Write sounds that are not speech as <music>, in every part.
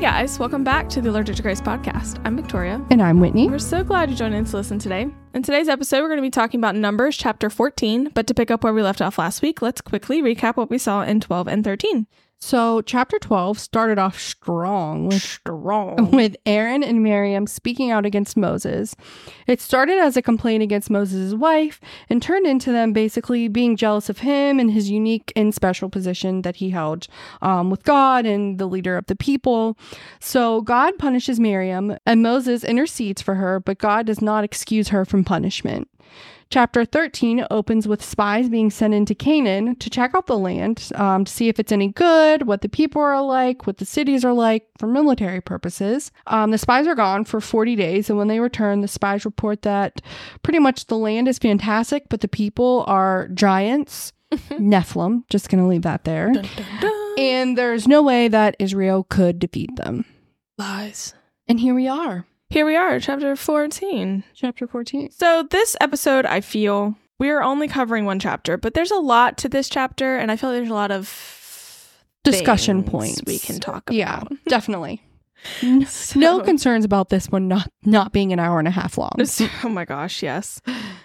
guys. Welcome back to the Allergic to Grace podcast. I'm Victoria. And I'm Whitney. We're so glad you joined in to listen today. In today's episode, we're going to be talking about Numbers chapter 14. But to pick up where we left off last week, let's quickly recap what we saw in 12 and 13. So, chapter 12 started off strong with, Strong. with Aaron and Miriam speaking out against Moses. It started as a complaint against Moses' wife and turned into them basically being jealous of him and his unique and special position that he held um, with God and the leader of the people. So, God punishes Miriam and Moses intercedes for her, but God does not excuse her from punishment. Chapter 13 opens with spies being sent into Canaan to check out the land um, to see if it's any good, what the people are like, what the cities are like for military purposes. Um, the spies are gone for 40 days, and when they return, the spies report that pretty much the land is fantastic, but the people are <laughs> giants. Nephilim, just gonna leave that there. Dun, dun, dun. And there's no way that Israel could defeat them. Lies. And here we are, Here we are, chapter 14. chapter 14. So, this episode, I feel we are only covering one chapter, but there's a lot to this chapter, and I feel there's a lot of Discussion things points. we can talk about. <laughs> Yeah, definitely. N- no So- concerns about this one not not being an hour and a half long. <laughs> Oh my gosh, yes.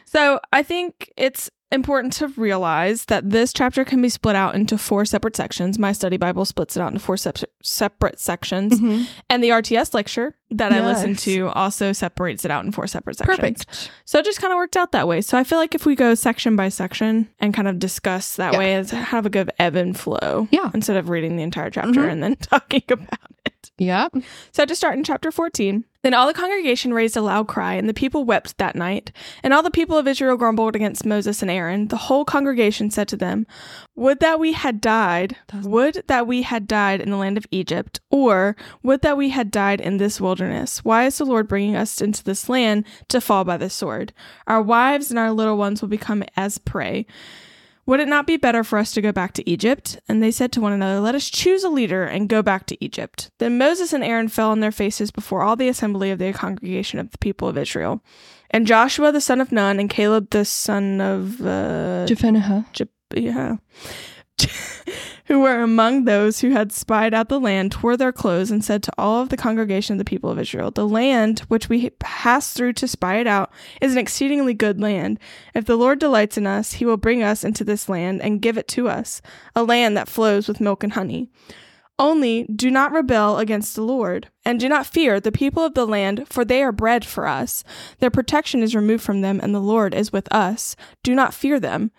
So I think it's important to realize that this chapter can be split out into four separate sections. My study Bible splits it out into four sep- separate sections, Mhm. and the RTS lecture that I listened Yes. to also separates it out in four separate sections. Perfect. So it just kind of worked out that way. So I feel like if we go section by section and kind of discuss that Yeah. way, it's have a good ebb and flow. Yeah. Instead of reading the entire chapter Mhm. and then <laughs> talking about it. Yeah. So to start in chapter 14, then all the congregation raised a loud cry, and the people wept that night. And all the people of Israel grumbled against Moses and Aaron. The whole congregation said to them, Would that we had died, would that we had died in the land of Egypt, or would that we had died in this wilderness. Why is the Lord bringing us into this land to fall by the sword? Our wives and our little ones will become as prey. Would it not be better for us to go back to Egypt? And they said to one another, Let us choose a leader and go back to Egypt. Then Moses and Aaron fell on their faces before all the assembly of the congregation of the people of Israel. And Joshua the son of Nun and Caleb the son of uh, Jepheneha. yeah. <laughs> who were among those who had spied out the land, tore their clothes, and said to all of the congregation of the people of Israel, The land which we passed through to spy it out is an exceedingly good land. If the Lord delights in us, he will bring us into this land and give it to us, a land that flows with milk and honey. Only do not rebel against the Lord, and do not fear the people of the land, for they are bread for us. Their protection is removed from them, and the Lord is with us. Do not fear them.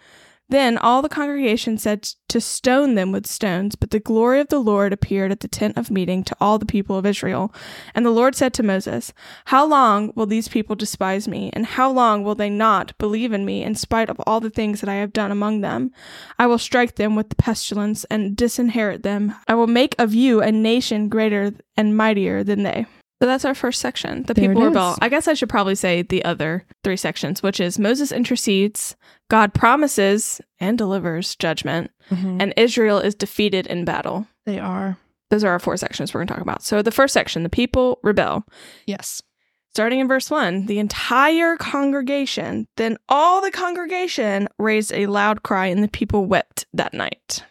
Then all the congregation said to stone them with stones, but the glory of the Lord appeared at the tent of meeting to all the people of Israel. And the Lord said to Moses, How long will these people despise me, and how long will they not believe in me, in spite of all the things that I have done among them? I will strike them with the pestilence and disinherit them. I will make of you a nation greater and mightier than they. So that's our first section. The There people it rebel. is. I guess I should probably say the other three sections, which is Moses intercedes, God promises and delivers judgment, Mm-hmm. and Israel is defeated in battle. They are. Those are our four sections we're going to talk about. So the first section, the people rebel. Yes. Starting in verse 1, the entire congregation, then all the congregation raised a loud cry and the people wept that night.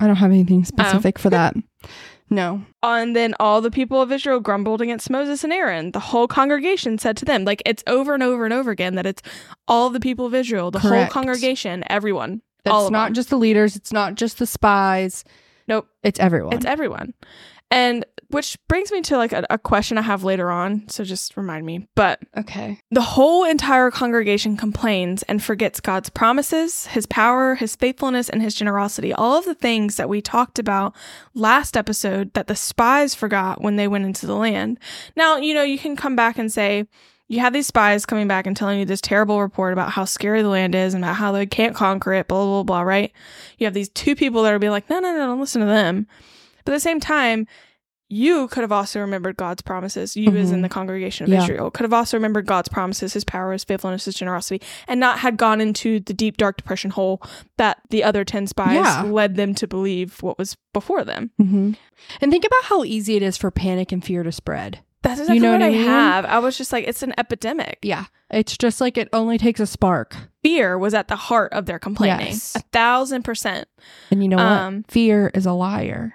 I don't have Oh. anything specific for that. No. And then all the people of Israel grumbled against Moses and Aaron. The whole congregation said to them, like it's over and over and over again that it's all the people of Israel, the whole Correct. congregation, everyone. That's all of not them. just the leaders. It's not just the spies. Nope. It's everyone. It's everyone. And which brings me to like a, a question I have later on. So just remind me. But okay. the whole entire congregation complains and forgets God's promises, his power, his faithfulness, and his generosity. All of the things that we talked about last episode that the spies forgot when they went into the land. Now, you know, you can come back and say, you have these spies coming back and telling you this terrible report about how scary the land is and about how they can't conquer it, blah, blah, blah, right? You have these two people that are being like, no, no, no, don't listen to them. But at the same time, you could have also remembered God's promises. You, as in Mhm. the congregation of Yeah. Israel, could have also remembered God's promises, his power, his faithfulness, his generosity, and not had gone into the deep, dark depression hole that the other 10 spies Yeah. led them to believe what was before them. hmm And think about how easy it is for panic and fear to spread. That's exactly know what, what I, I mean? have. I was just like, it's an epidemic. Yeah. It's just like it only takes a spark. Fear was at the heart of their complaining. Yes. A thousand percent. And you know Um, what? Fear is a liar.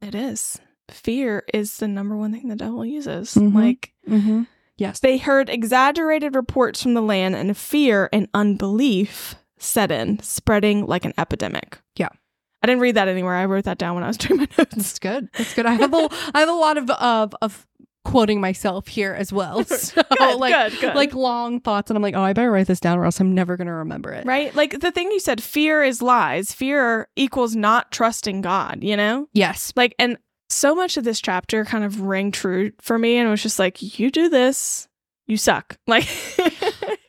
It is. fear is the number one thing the devil uses. Mhm. Like Mm-hmm. Yes. they heard exaggerated reports from the land, and fear and unbelief set in, spreading like an epidemic. Yeah. I didn't read that anywhere. I wrote that down when I was <laughs> doing my notes. That's good. That's good. I have a I have a lot of of of quoting myself here <laughs> as well. So Good, like good, good. like long thoughts, and I'm like, oh, I better write this down, or else I'm never gonna remember it. right? Like the thing you said, fear is lies. Fear equals not trusting God, you know? Yes. Like, and so much of this chapter kind of rang true for me. And it was just like, you do this, you suck. <laughs> Like,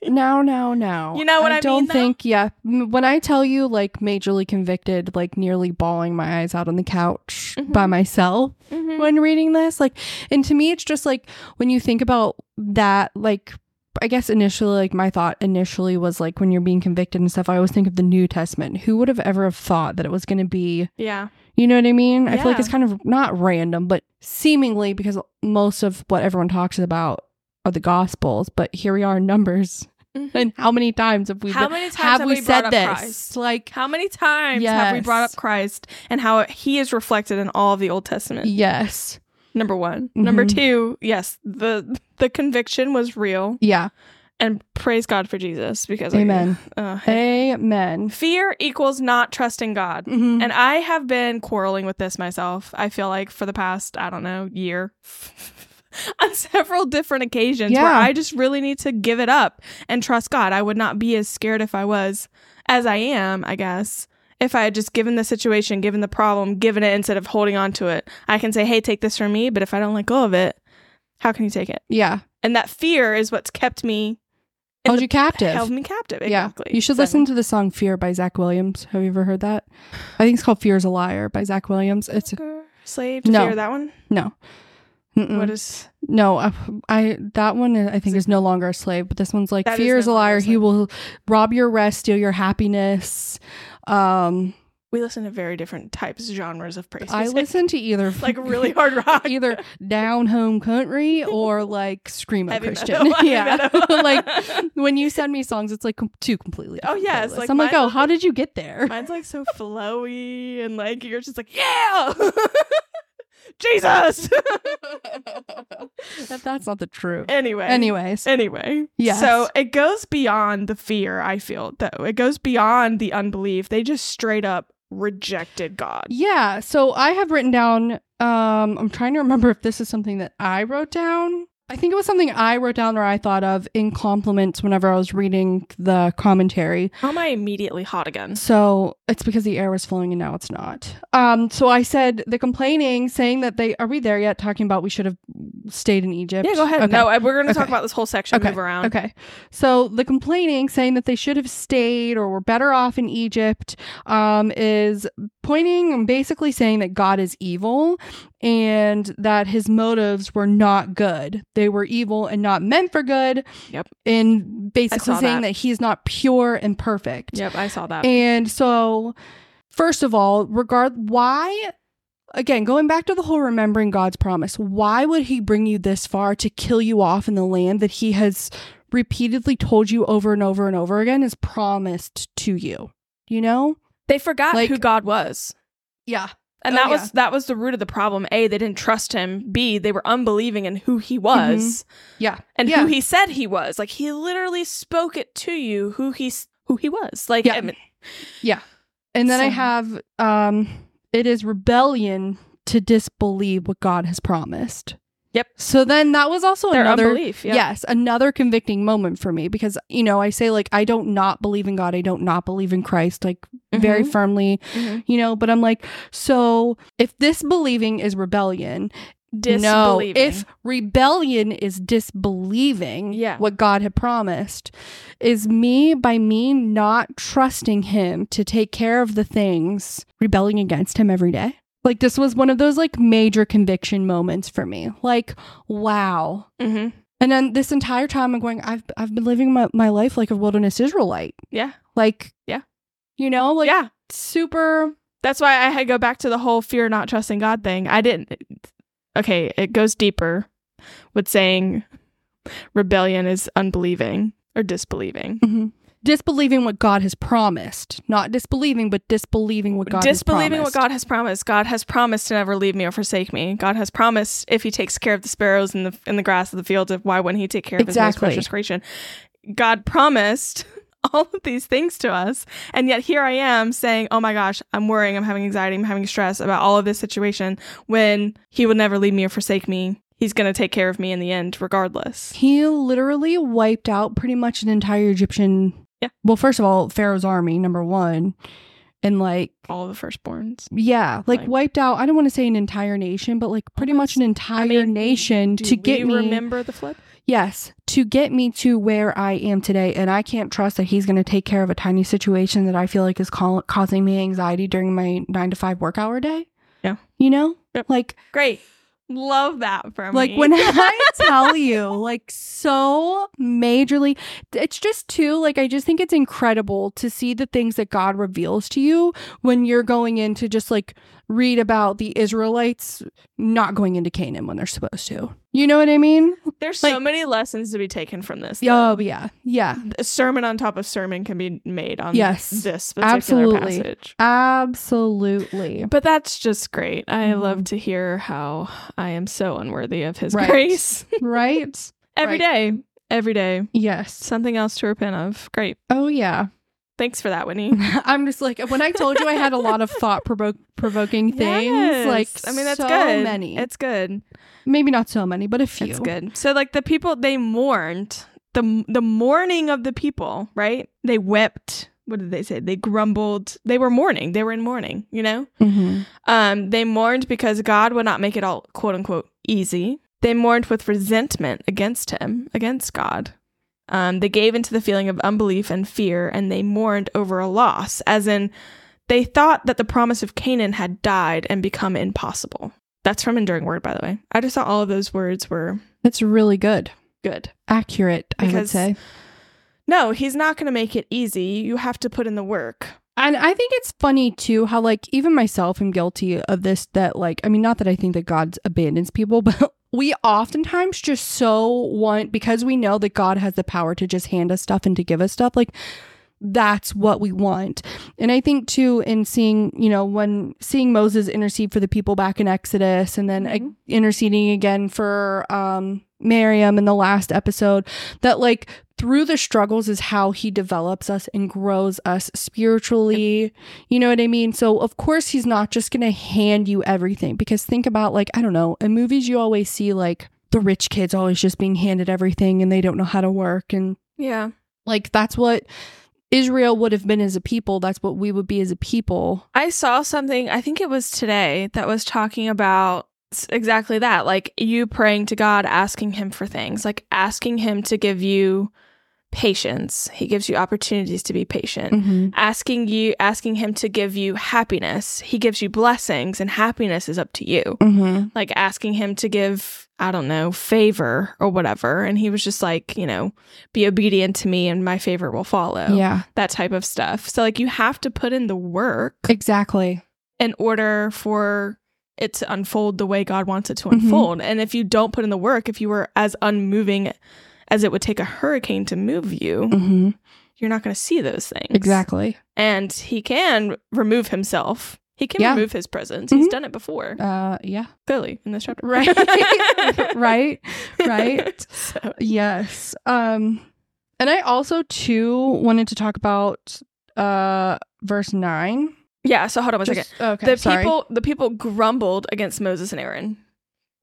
No, no, no. You know what I don't mean, though? think. Yeah. M- When I tell you, like, majorly convicted, like, nearly bawling my eyes out on the couch Mhm. by myself, Mm-hmm. when reading this. Like, and to me, it's just like when you think about that, like, I guess initially, like, my thought initially was like when you're being convicted and stuff, I always think of the New Testament. Who would have ever have thought that it was going to be, yeah. you know what I mean? I feel like Yeah. it's kind of not random, but seemingly because most of what everyone talks about are the Gospels, but here we are in Numbers. <laughs> Mm-hmm. And how many times have we How been- many times have, we, brought said up this? Christ? Like, How many times have we brought Yes. up Christ and how he is reflected in all of the Old Testament? yes, Number one. Number Mhm. two, yes, the the conviction was real. yeah, And praise God for Jesus because Amen. I, uh, amen. fear equals not trusting God. Mhm. And I have been quarreling with this myself, I feel like, for the past, I don't know, year. <laughs> On several different occasions where Yeah. I just really need to give it up and trust God. I would not be as scared if I was as I am, I guess. If I had just given the situation, given the problem, given it instead of holding on to it, I can say, hey, take this from me. But if I don't let go of it, how can you take it? yeah, And that fear is what's kept me, in held the you captive. held me captive. Yeah, Exactly. you should So- listen to the song "Fear" by Zach Williams. Have you ever heard that? I think it's called "Fear Is a Liar" by Zach Williams. It's slave to No. Mm. fear. That one. no, Mm-mm. What is? no. I, I that one uh, I think is no longer a slave, but this one's like That is "Fear no Is a longer a Liar." He slave. will rob your rest, steal your happiness. Um, We listen to very different types, genres of praise. I <laughs> music. listen to either <laughs> like really hard rock. either <laughs> down home country or like screamo Heavy Christian. <laughs> metal, heavy yeah, metal. <laughs> like <laughs> when you send me songs, it's like com- two completely. Oh, different yes, playlists. like I'm like, mine's oh, how did you get there? Mine's like so flowy and like you're just like yeah, <laughs> Jesus. <laughs> <laughs> That- that's not the truth. anyway, Anyways, anyway. Yes. So it goes beyond the fear. I feel though it goes beyond the unbelief. They just straight up rejected God. yeah. So I have written down. Um, I'm trying to remember if this is something that I wrote down. I think it was something I wrote down or I thought of in compliments whenever I was reading the commentary. How am I immediately hot again? So it's because the air was flowing and now it's not. Um, so I said the complaining, saying that they are we there yet? Talking about we should have stayed in Egypt. Yeah, go ahead. Okay. No, I- we're going to talk Okay. about this whole section. Move around. Okay. So the complaining, saying that they should have stayed or were better off in Egypt, um, is pointing and basically saying that God is evil and that his motives were not good. They were evil and not meant for good. Yep. And basically saw saying that. that. he is not pure and perfect. Yep, I saw that. And so, first of all, regard why again going back to the whole remembering God's promise. Why would He bring you this far to kill you off in the land that He has repeatedly told you over and over and over again is promised to you? You know? they forgot like- who God was. Yeah. And Oh, that yeah. was that was the root of the problem. A, they didn't trust him. B, they were unbelieving in who he was Yeah. and Mm-hmm. Yeah. who he said he was. Like he literally spoke it to you who he s- who he was. Like Yeah. I mean- And then I So- have um it is rebellion to disbelieve what God has promised. Yep. So then that was also their another unbelief. Yeah. Yes, another convicting moment for me because you know, I say like I don't not believe in God, I don't not believe in Christ like very Mhm. firmly, Mhm. you know, but I'm like so if this believing is rebellion, mm-hmm. no, disbelieving. if rebellion is disbelieving Yeah. what God had promised is me by me not trusting him to take care of the things, rebelling against him every day. Like this was one of those like major conviction moments for me. Like wow. Mhm. And then this entire time I'm going, I've I've been living my, my life like a wilderness Israelite. Yeah. Like Yeah. You know, like yeah. super That's why I had to go back to the whole fear not trusting God thing. I didn't Okay, it goes deeper with saying rebellion is unbelieving or disbelieving. disbelieving what God has promised. Not disbelieving, but disbelieving what God Disbelieving has what promised. God has promised. God has promised to never leave me or forsake me. God has promised if He takes care of the sparrows in the in the grass of the field, why wouldn't He take care of His most Exactly. precious creation? God promised <laughs> all of these things to us, and yet here I am saying, "Oh my gosh, I'm worrying. I'm having anxiety. I'm having stress about all of this situation." When He will never leave me or forsake me. He's going to take care of me in the end, regardless. He literally wiped out pretty much an entire Egyptian. Yeah. Well, first of all, Pharaoh's army, number one. And like, All the firstborns. yeah, like, Like- wiped out, I don't want to say an entire nation, but like pretty much an entire mean, nation Do to get we me. remember the flood? Yes, to get me to where I am today. And I can't trust that he's going to take care of a tiny situation that I feel like is call- causing me anxiety during my nine to five work hour day. Yeah. You know? Yep. Like, Great. Love that from like me. <laughs> when I tell you, like, so majorly, it's just too, like, I just think it's incredible to see the things that God reveals to you when you're going in to just like read about the Israelites not going into Canaan when they're supposed to. You know what I mean? There's so Like- many lessons to be taken from this. Oh, yeah. Yeah. though. A sermon on top of sermon can be made on Yes. this particular Absolutely. passage. Absolutely. But that's just great. I Mhm. love to hear how I am so unworthy of his Right. grace. <laughs> right? <laughs> every day, Every day. Yes. Something else to repent of. Great. Oh, yeah. <laughs> Thanks for that, Winnie. I'm just like, when I told you I had a lot of thought provo- provoking <laughs> things, Yes. like, I mean that's so good. many. It's good. Maybe not so many, but a few. It's good. So like the people they mourned the the mourning of the people, right? They wept. What did they say? They grumbled. They were mourning. They were in mourning. You know. Mhm. Um, they mourned because God would not make it all quote unquote easy. They mourned with resentment against him, against God. Um, they gave into the feeling of unbelief and fear, and they mourned over a loss, as in they thought that the promise of Canaan had died and become impossible. That's from Enduring Word, by the way. I just thought all of those words were It's really good. good. Accurate, I would Because- say. No, he's not going to make it easy. You have to put in the work. And I think it's funny too how like even myself am guilty of this that like I mean not that I think that God abandons people <laughs> but we oftentimes just so want because we know that God has the power to just hand us stuff and to give us stuff like that's what we want. And I think too in seeing, you know, when seeing Moses intercede for the people back in Exodus and then Mhm. uh, interceding again for um Miriam in the last episode that like through the struggles is how he develops us and grows us spiritually. You know what I mean? So, of course, he's not just going to hand you everything because think about, like, I don't know, in movies, you always see like the rich kids always just being handed everything and they don't know how to work. And Yeah. like, that's what Israel would have been as a people. That's what we would be as a people. I saw something, I think it was today, that was talking about s- exactly that. Like you praying to God, asking Him for things, like asking Him to give you patience. He gives you opportunities to be patient. Mm-hmm. Asking you, asking Him to give you happiness. He gives you blessings, and happiness is up to you. Mm-hmm. Like asking Him to give, I don't know, favor or whatever. And He was just like, you know, be obedient to me, and my favor will follow. Yeah, That type of stuff. So, like, you have to put in the work exactly. in order for it to unfold the way God wants it to Mhm. unfold. And if you don't put in the work, if you were as unmoving as it would take a hurricane to move you, Mm-hmm. you're not going to see those things. Exactly. And he can remove himself. He can Yeah. remove his presence. Mhm. He's done it before, Uh, yeah. clearly, in this chapter. Right. <laughs> right. Right. <laughs> So, Yes. Um and I also too wanted to talk about uh verse 9. yeah. So hold on one second. Just- okay. the sorry. people, the people grumbled against Moses and Aaron.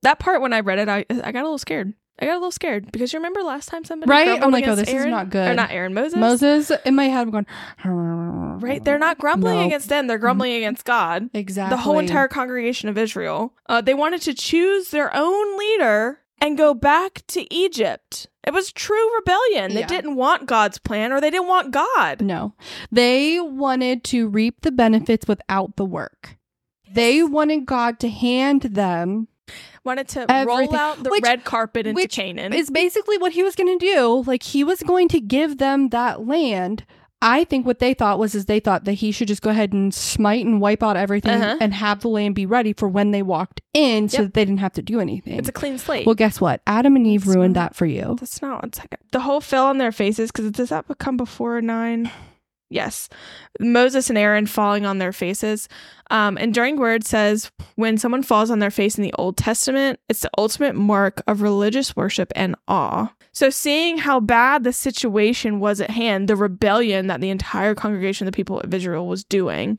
That part when I read it, I I got a little scared. I got a little scared because you remember last time somebody Right? grumbled I'm like, oh, against this is Aaron? not good. Or not Aaron Moses. Moses in my head I'm going Right? They're not grumbling No. Mm-hmm. against them. They're grumbling against God. Exactly. The whole entire congregation of Israel. Uh, they wanted to choose their own leader and go back to Egypt. It was true rebellion. They Yeah. didn't want God's plan or they didn't want God. No. They wanted to reap the benefits without the work. They wanted God to hand them Wanted to roll Everything. out the Which- red carpet into which Canaan. is basically what he was going to do. Like he was going to give them that land I think what they thought was is they thought that he should just go ahead and smite and wipe out everything Uh-huh. and have the land be ready for when they walked in so Yep. that they didn't have to do anything. It's a clean slate. well, guess what? Adam and Eve That's ruined smart. that for you. That's not one second. The whole fell on their faces because does that come before nine? <sighs> Yes. Moses and Aaron falling on their faces. Um, Enduring Word says when someone falls on their face in the Old Testament, it's the ultimate mark of religious worship and awe. So, seeing how bad the situation was at hand, the rebellion that the entire congregation of the people of Israel was doing,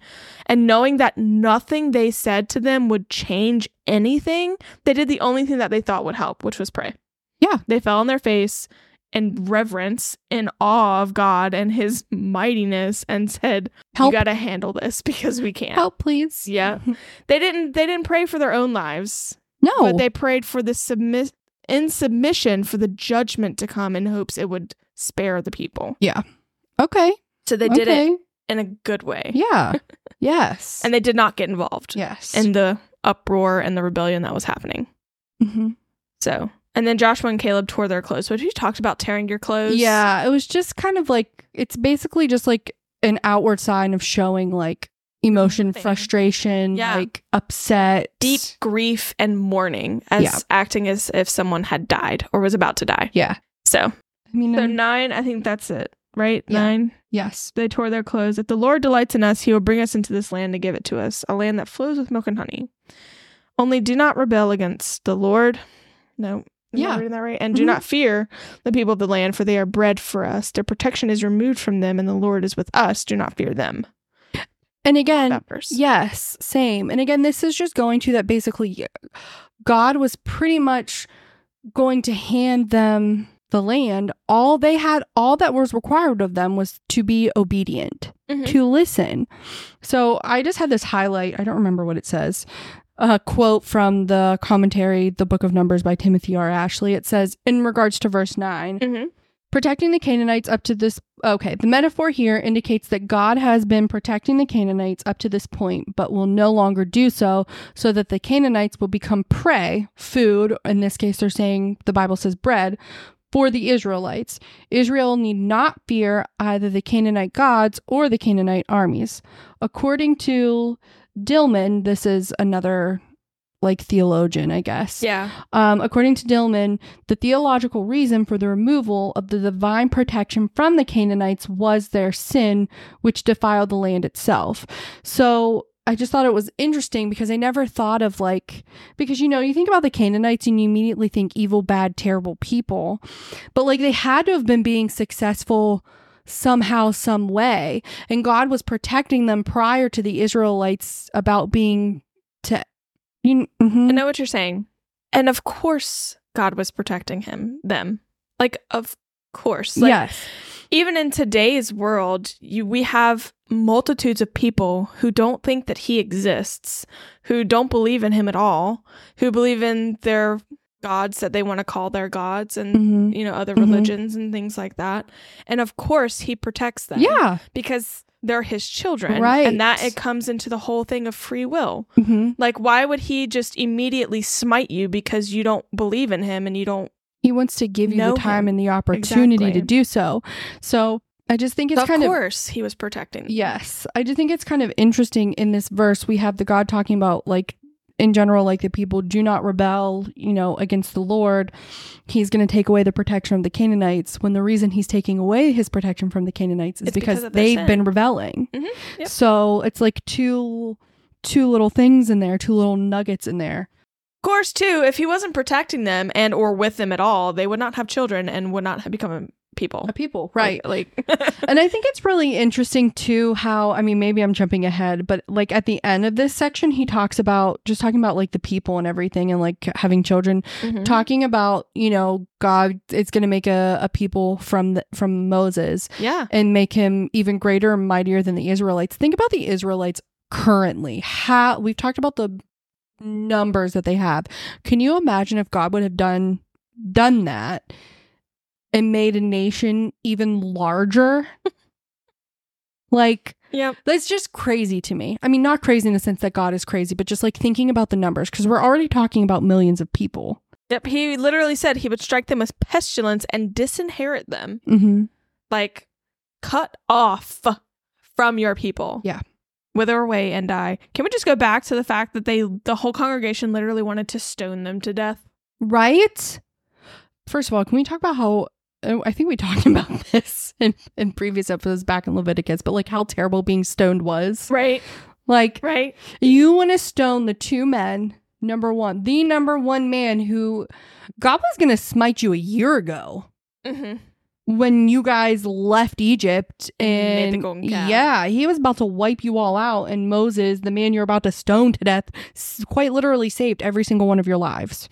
and knowing that nothing they said to them would change anything, they did the only thing that they thought would help, which was pray. Yeah. They fell on their face in reverence in awe of God and his mightiness and said, Help, You gotta handle this <laughs> because we can't. help, please. Yeah. They didn't they didn't pray for their own lives, No. but they prayed for the submit in submission for the judgment to come in hopes it would spare the people. okay. So they did it okay. in a good way. <laughs> Yeah. yes. And they did not get involved yes. in the uproar and the rebellion that was happening. Mhm. So and then Joshua and Caleb tore their clothes, which you talked about tearing your clothes. Yeah, it was just kind of like it's basically just like an outward sign of showing like emotion, Nothing. frustration, Yeah. like upset, deep grief and mourning as Yeah. acting as if someone had died or was about to die. Yeah, So, I mean, so um, nine, I think that's it, right? Yeah. Nine. yes, They tore their clothes. If the Lord delights in us, he will bring us into this land to give it to us, a land that flows with milk and honey. Only do not rebel against the Lord. No. Am I Yeah. reading that right? And do Mhm. not fear the people of the land, for they are bread for us. Their protection is removed from them, and the Lord is with us. Do not fear them. and again, That verse. Yes, same. And again, this is just going to that basically God was pretty much going to hand them the land. All they had, all that was required of them was to be obedient, Mhm. to listen. So I just had this highlight. I don't remember what it says. A quote from the commentary, The Book of Numbers by Timothy R. Ashley. It says, in regards to verse 9, Mhm. Protecting the Canaanites up to this okay, the metaphor here indicates that God has been protecting the Canaanites up to this point, but will no longer do so, so that the Canaanites will become prey, food, in this case they're saying the Bible says bread, for the Israelites. Israel need not fear either the Canaanite gods or the Canaanite armies. According to Dillman, this is another like theologian, I guess. Yeah. Um, according to Dillman, the theological reason for the removal of the divine protection from the Canaanites was their sin, which defiled the land itself. So I just thought it was interesting because I never thought of like, because you know, you think about the Canaanites and you immediately think evil, bad, terrible people, but like they had to have been being successful somehow, some way. And God was protecting them prior to the Israelites about being to. You, mhm. I know what you're saying. And of course God was protecting him, them. Like of course. Like yes. even in today's world, you we have multitudes of people who don't think that he exists, who don't believe in him at all, who believe in their gods that they want to call their gods and Mhm. you know other Mhm. religions and things like that. And of course he protects them. Yeah. Because they're his children. Right. And that it comes into the whole thing of free will. hmm Like, why would he just immediately smite you because you don't believe in him and you don't? He wants to give you Know the time him. and the opportunity Exactly. to do so. So I just think it's of kind of. course, he was protecting. Yes. I just think it's kind of interesting in this verse. We have the God talking about, like, in general, like the people do not rebel, you know, against the Lord. He's going to take away the protection of the Canaanites when the reason he's taking away his protection from the Canaanites is It's because because, of their they've sin. been rebelling. Mhm. Yep. So it's like two two little things in there, two little nuggets in there. Of course, too, if he wasn't protecting them and or with them at all, they would not have children and would not have become a people. A people, Like, <laughs> and I think it's really interesting too how I mean maybe I'm jumping ahead, but like at the end of this section he talks about just talking about like the people and everything and like having children, Mm-hmm. talking about, you know, God it's going to make a, a people from the, from Moses yeah. and make him even greater and mightier than the Israelites. Think about the Israelites currently. How we've talked about the numbers that they have. Can you imagine if God would have done done that and made a nation even larger? <laughs> like Yep. that's just crazy to me. I mean, not crazy in the sense that God is crazy, but just like thinking about the numbers because we're already talking about millions of people. Yep. He literally said he would strike them with pestilence and disinherit them. Mm-hmm. Like, cut off from your people. Yeah. Wither away and die. Can we just go back to the fact that they, the whole congregation, literally wanted to stone them to death? Right? First of all, can we talk about how uh, I think we <laughs> talked about this in, in previous episodes back in Leviticus, but like how terrible being stoned was. Right, Like, right. you want to stone the two men, number one, the number one man who God was going to smite you a year ago Mm-hmm. when you guys left Egypt. Made the And golden calf. yeah, he was about to wipe you all out. And Moses, the man you're about to stone to death, s- quite literally saved every single one of your lives.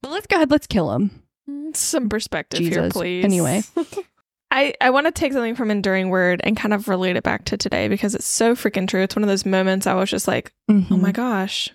But let's go ahead, let's kill him. Some perspective here, Jesus. please. Anyway. <laughs> <laughs> I, I want to take something from Enduring Word and kind of relate it back to today because it's so freaking true. It's one of those moments I was just like, oh my gosh.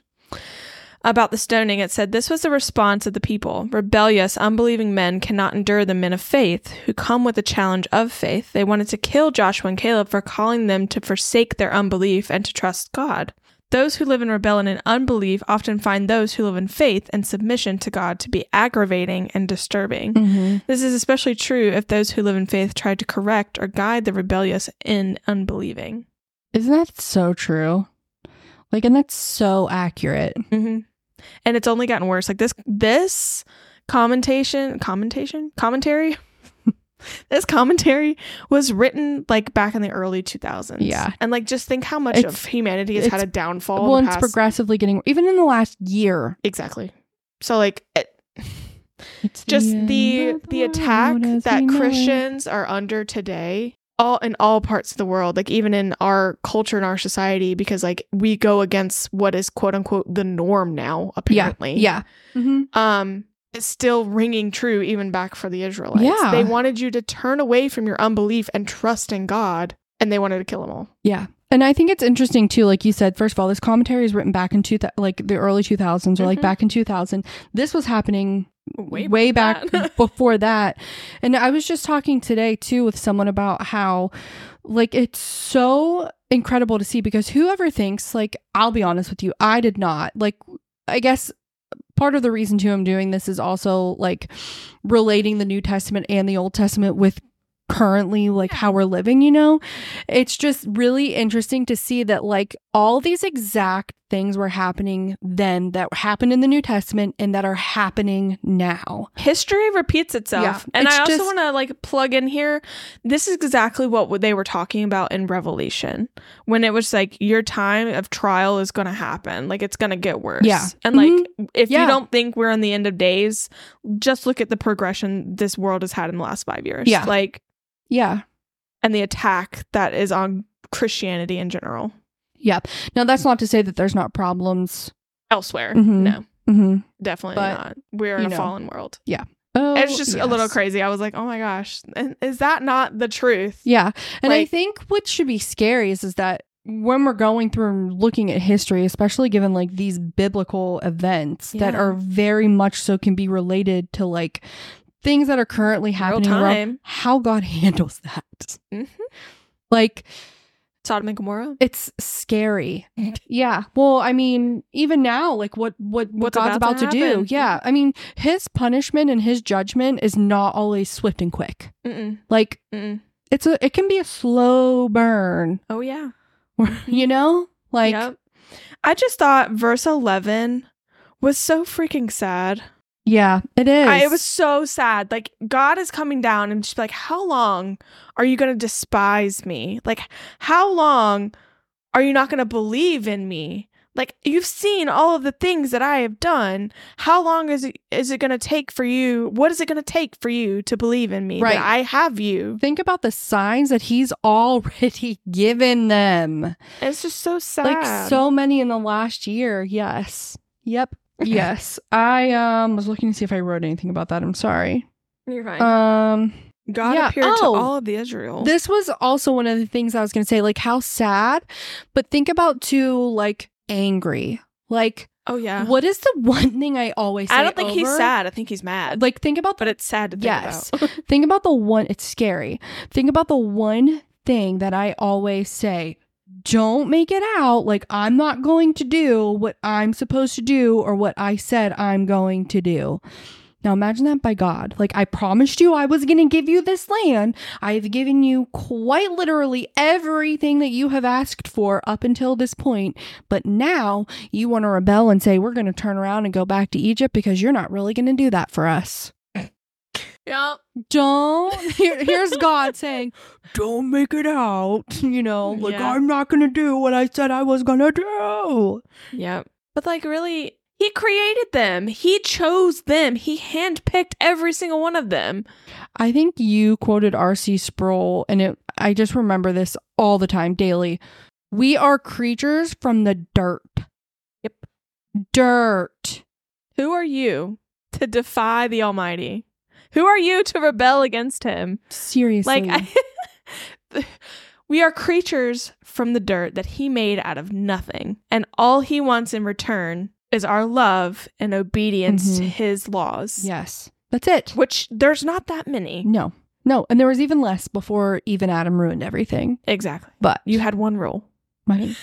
About the stoning, it said, This was the response of the people. Rebellious, unbelieving men cannot endure the men of faith who come with the challenge of faith. They wanted to kill Joshua and Caleb for calling them to forsake their unbelief and to trust God. Those who live in rebellion and unbelief often find those who live in faith and submission to God to be aggravating and disturbing. Mm-hmm. This is especially true if those who live in faith try to correct or guide the rebellious in unbelieving. Isn't that so true? Like, and that's so accurate. Mm-hmm. And it's only gotten worse. Like this, this commentation, commentation, commentary. <laughs> this commentary was written like back in the early 2000s. Yeah. and like just think how much It's- of humanity has it's- had a downfall. well, in and the it's past. progressively getting even in the last year. exactly. So like. It, <sighs> It's just end the of the world attack as we that know it. Christians are under today all in all parts of the world like even in our culture and our society because like we go against what is quote unquote the norm now Yeah, apparently yeah, Mhm. um is still ringing true even back for the Israelites Yeah. they wanted you to turn away from your unbelief and trust in God and they wanted to kill them all yeah. And I think it's interesting too. Like you said, first of all, this commentary is written back in two, thou- like the early two thousands, or like Mhm. back in two thousand. This was happening way, back that. before that. And I was just talking today too with someone about how like it's so incredible to see because whoever thinks like I'll be honest with you, I did not. Like I guess part of the reason too I'm doing this is also like relating the New Testament and the Old Testament with currently like how we're living, you know? It's just really interesting to see that like all these exact things were happening then that happened in the New Testament and that are happening now. history repeats itself Yeah, and it's i also just- want to like plug in here this is exactly what they were talking about in revelation when it was like your time of trial is going to happen like it's going to get worse Yeah. and like if you Yeah. don't think we're in the end of days just look at the progression this world has had in the last five years Yeah. like Yeah. and the attack that is on christianity in general Yep. Now that's not to say that there's not problems. elsewhere Mhm. no Mm-hmm. definitely But, not we're in you a know. fallen world Oh, it's just a little yes. crazy i was like oh my gosh and is that not the truth Yeah, and I Like- think what should be scary is is that when we're going through and looking at history, especially given like these biblical events that Yeah. are very much so can be related to like things that are currently happening around- time. how God <laughs> handles that. Mhm. Like Sodom and Gomorrah. it's scary. yeah. Well, I mean, even now, like what what, what What's God's about about, to to, do. happen. Yeah. I mean, his punishment and his judgment is not always swift and quick. Mm-mm, Like mm-mm. it's a it can be a slow burn. Oh yeah. You know? Like Yep. I just thought verse eleven was so freaking sad. yeah, it is. I, it was so sad. Like God is coming down and just be like, how long are you gonna despise me? Like how long are you not gonna believe in me? Like you've seen all of the things that I have done. How long is it is it gonna take for you? What is it gonna take for you to believe in me Right. that I have you? think about the signs that he's already <laughs> given them. It's just so sad. Like so many in the last year. Yes. <laughs> Yep. yes. I um was looking to see if I wrote anything about that. I'm sorry. you're fine. Um God Yeah. appeared Oh. to all of the Israel. This was also one of the things I was going to say, like how sad, but think about too, like angry. Like, oh yeah. what is the <laughs> one thing I always say? I don't think he's over? sad. I think he's mad. Like, think about, but it's sad to think yes, <laughs> about. think about the one, it's scary. Think about the one thing that I always say. Don't make it out like I'm not going to do what I'm supposed to do or what I said I'm going to do. Now imagine that by God. Like, I promised you I was going to give you this land. I have given you quite literally everything that you have asked for up until this point. But now you want to rebel and say, we're going to turn around and go back to Egypt because you're not really going to do that for us. Yep. Don't. Here, here's <laughs> God saying, don't make it out. <laughs> You know, like, Yeah. I'm not going to do what I said I was going to do. Yep. But like really he created them. He chose them. He handpicked every single one of them. I think you quoted R.C. Sproul, and it, I just remember this all the time, daily. We are creatures from the dirt. Yep. Dirt. Who are you to defy the Almighty? Who are you to rebel against him? Seriously. Like <laughs> I, <laughs> we are creatures from the dirt that he made out of nothing. And all he wants in return is our love and obedience to Mhm. his laws. yes. That's it. Which there's not that many. No. No. And there was even less before even Adam ruined everything. Exactly. But <laughs> You had one rule. my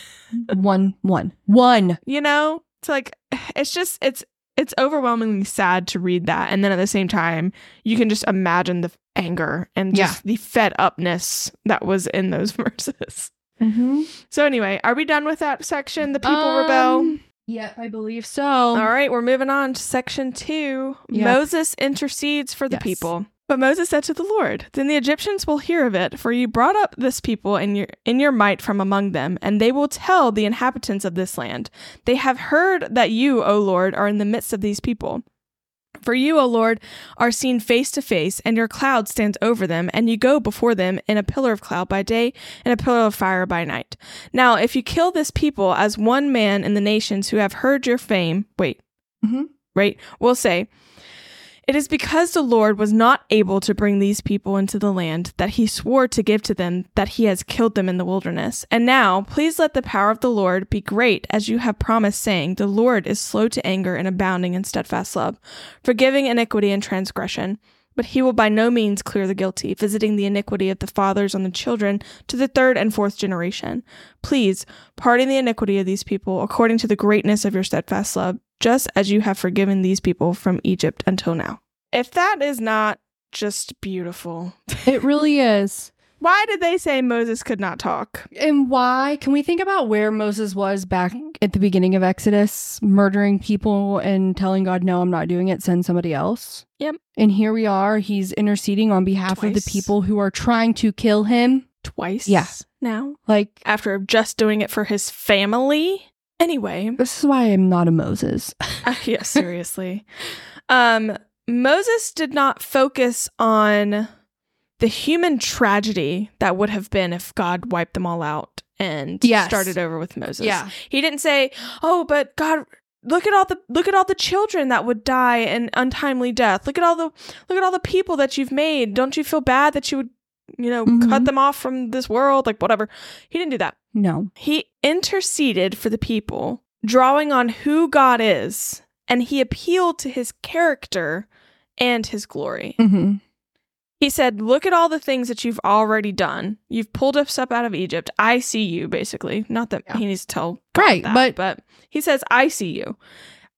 one, one, one. you know it's like <sighs> it's just it's it's overwhelmingly sad to read that and then at the same time you can just imagine the anger and just the fed upness that was in those <laughs> verses Mm-hmm. so anyway are we done with that section the people Um, rebel Yep, I believe so. all right we're moving on to section two Yeah. moses intercedes for the Yes. people but moses said to the lord then the egyptians will hear of it for you brought up this people in your in your might from among them and they will tell the inhabitants of this land they have heard that you, O Lord, are in the midst of these people. For you, O Lord, are seen face to face, and your cloud stands over them, and you go before them in a pillar of cloud by day and a pillar of fire by night. Now, if you kill this people as one man in the nations who have heard your fame, wait, Mhm. right, will say, it is because the Lord was not able to bring these people into the land that he swore to give to them that he has killed them in the wilderness. And now, please let the power of the Lord be great as you have promised, saying, The Lord is slow to anger and abounding in steadfast love, forgiving iniquity and transgression. But he will by no means clear the guilty, visiting the iniquity of the fathers on the children to the third and fourth generation. Please, pardon the iniquity of these people according to the greatness of your steadfast love, just as you have forgiven these people from Egypt until now. If that is not just beautiful, It really is. why did they say Moses could not talk? <laughs> And why? Can we think about where Moses was back at the beginning of Exodus, murdering people and telling God, no, I'm not doing it, send somebody else? Yep. And here we are. He's interceding on behalf of Twice. the people who are trying to kill him. Twice Yeah. now, Like, after just doing it for his family? Anyway, this is why I'm not a Moses. <laughs> Uh, <laughs> yeah, seriously. um, Moses did not focus on the human tragedy that would have been if God wiped them all out and Yes. started over with Moses. He didn't say, "Oh, but God, look at all the look at all the children that would die an untimely death. Look at all the look at all the people that you've made. Don't you feel bad that you would, you know, cut Mhm. them off from this world? Like whatever." He didn't do that. No. He interceded for the people, drawing on who God is, and he appealed to his character and his glory. Mm-hmm. He said, Look at all the things that you've already done. You've pulled us up out of Egypt. I see you, basically. Not that Yeah. he needs to tell God Right, that, but- but he says, I see you.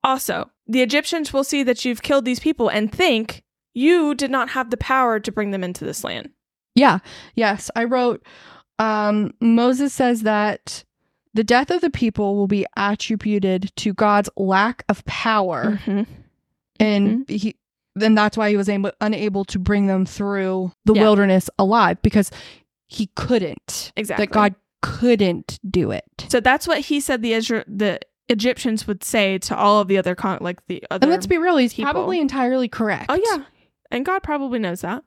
Also, the Egyptians will see that you've killed these people and think you did not have the power to bring them into this land. Yeah. Yes. I wrote um, Moses says that the death of the people will be attributed to God's lack of power. Mm-hmm. and he then that's why he was able, unable to bring them through the Yeah. wilderness alive because he couldn't Exactly. that god couldn't do it So that's what he said the Isra- the Egyptians would say to all of the other con- like the other. and let's be real he's people. probably entirely correct oh yeah, and God probably knows that.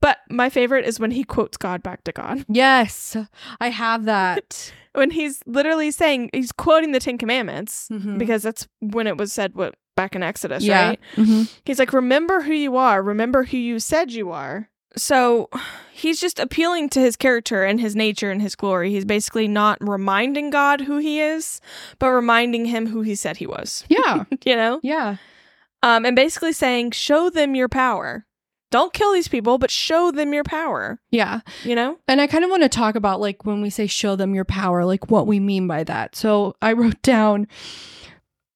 But my favorite is when he quotes God back to God <laughs> yes i have that when he's literally saying he's quoting the Ten Commandments Mhm. because that's when it was said what back in Exodus, yeah right? <laughs> Mhm. He's like, remember who you are, remember who you said you are. So <sighs> he's just appealing to his character and his nature and his glory. He's basically not reminding God who he is, but reminding him who he said he was. <laughs> yeah You know? yeah um, and basically saying, show them your power. Don't kill these people, but show them your power. yeah You know? and i kind of want to talk about like when we say show them your power like what we mean by that so i wrote down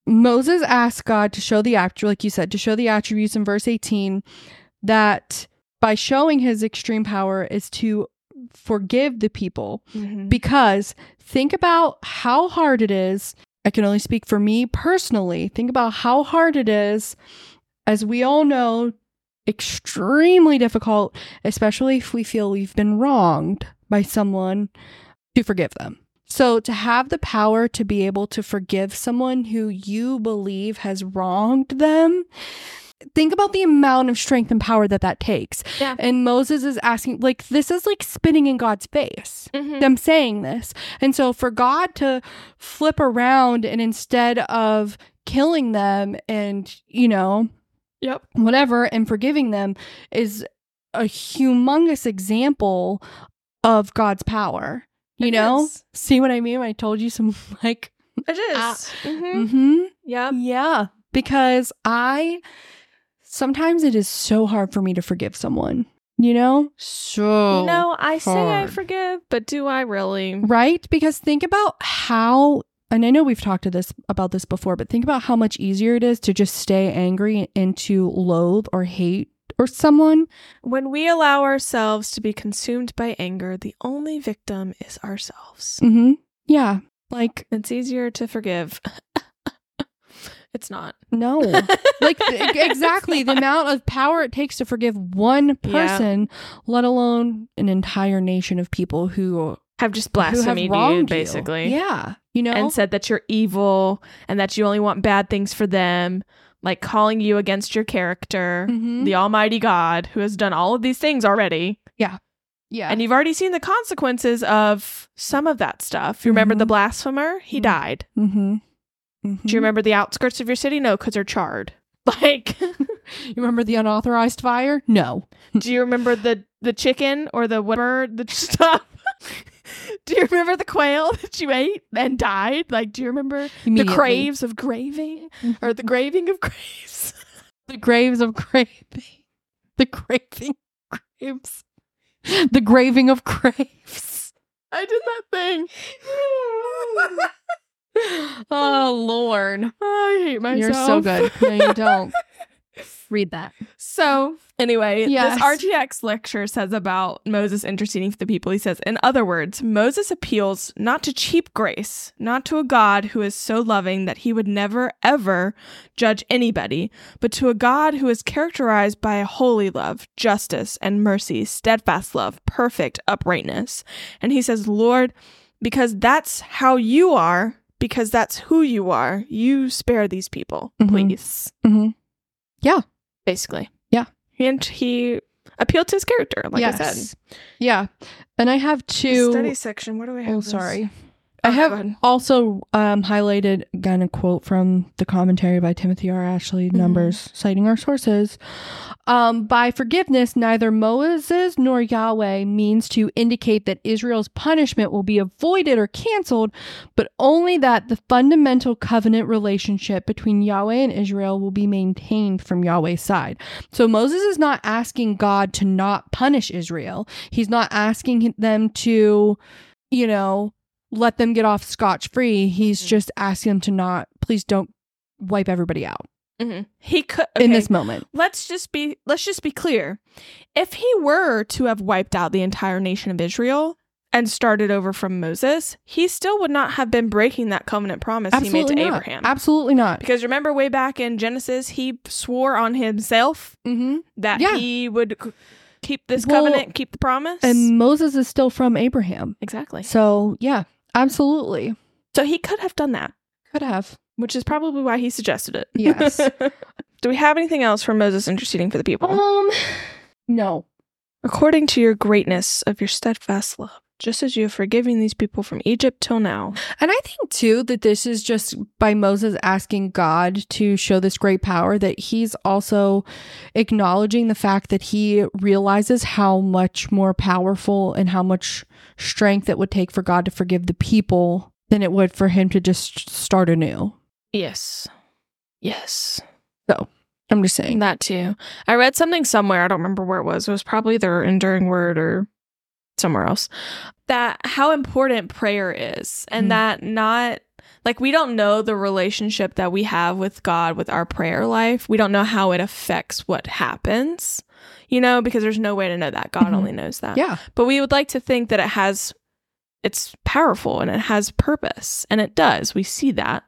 Moses asked God to show the act, like you said, to show the attributes in verse 18 that by showing his extreme power is to forgive the people. Mm-hmm. Because think about how hard it is. I can only speak for me personally. Think about how hard it is, as we all know, extremely difficult, especially if we feel we've been wronged by someone, to forgive them. So, to have the power to be able to forgive someone who you believe has wronged them, think about the amount of strength and power that that takes. Yeah. And Moses is asking, like, this is like spitting in God's face them saying this. And so for God to flip around and instead of killing them and, you know, Yep. whatever and forgiving them is a humongous example of God's power. You It know? is. See what I mean? I told you some <laughs> like It is. Ah. Mm-hmm. mhm. Yep. Yeah, because I sometimes it is so hard for me to forgive someone. You know? So no, I say I Oh, hard. forgive, but do I really? Right? Because think about how and I know we've talked to this about this before, but think about how much easier it is to just stay angry and to loathe or hate or someone. When we allow ourselves to be consumed by anger, the only victim is ourselves. Mm-hmm. Yeah. Like, It's easier to forgive. <laughs> it's not. no. <laughs> like th- exactly It's the not. amount of power it takes to forgive one Yeah. person, let alone an entire nation of people who, have just who have blasphemy you, wronged basically. You. Yeah. You know? and said that you're evil and that you only want bad things for them, like calling you against your character, Mhm. the Almighty God who has done all of these things already. yeah. And you've already seen the consequences of some of that stuff. You remember the Mhm. blasphemer? He Mhm. died. mm-hmm. Do you remember the outskirts of your city? No, because they're charred. <laughs> Like, You remember the unauthorized fire? No. do you remember the the chicken or the what bird the <laughs> stuff? do you remember the quail <laughs> that you ate and died? Like, do you remember the Immediately. Mm-hmm. craves of graving or the graving of <laughs> graves? the graves of graving, the graving of graves, the graving of graves. I did that thing. <laughs> <laughs> Oh Lord, I hate myself. you're so good. No, you <laughs> don't. Read that. So, anyway, Yes. this RTX lecture says about Moses interceding for the people. He says, in other words, Moses appeals not to cheap grace, not to a God who is so loving that he would never, ever judge anybody, but to a God who is characterized by a holy love, justice, and mercy, steadfast love, perfect uprightness. And he says, Lord, because that's how you are, because that's who you are, you spare these people, Mhm. please Mhm. Yeah. basically. Yeah. And he appealed to his character, like I said. Yeah, and I have two. Study section. What do I have? oh, this? Oh, sorry. I Okay, have go ahead. also um, highlighted again a quote from the commentary by Timothy R. Ashley, Mhm. numbers citing our sources. Um, by forgiveness, neither Moses nor Yahweh means to indicate that Israel's punishment will be avoided or canceled, but only that the fundamental covenant relationship between Yahweh and Israel will be maintained from Yahweh's side. So Moses is not asking God to not punish Israel. He's not asking them to, you know, let them get off scotch free. He's Mhm. just asking them to not, please don't wipe everybody out Mhm. He could. in this moment. let's just be let's just be clear. If he were to have wiped out the entire nation of Israel and started over from Moses, he still would not have been breaking that covenant promise Absolutely he made to not. Abraham. Absolutely not. because remember, way back in Genesis, he swore on himself Mm-hmm. that Yeah. he would c- keep this Well, covenant, keep the promise. And Moses is still from Abraham. exactly. So, yeah, absolutely. So he could have done that. Could have. which is probably why he suggested it. Yes. <laughs> Do we have anything else for Moses interceding for the people? Um, no. According to your greatness of your steadfast love, just as you have forgiven these people from Egypt till now. And I think too that this is just by Moses asking God to show this great power that he's also acknowledging the fact that he realizes how much more powerful and how much strength it would take for God to forgive the people than it would for him to just start anew. Yes. Yes. I'm just saying. That too. I read something somewhere, I don't remember where it was. It was probably their enduring word or somewhere else. That how important prayer is and Mhm. that not like we don't know the relationship that we have with God with our prayer life. We don't know how it affects what happens, you know, because there's no way to know that. God Mhm. only knows that. Yeah. But we would like to think that it has, it's powerful and it has purpose, and it does. We see that.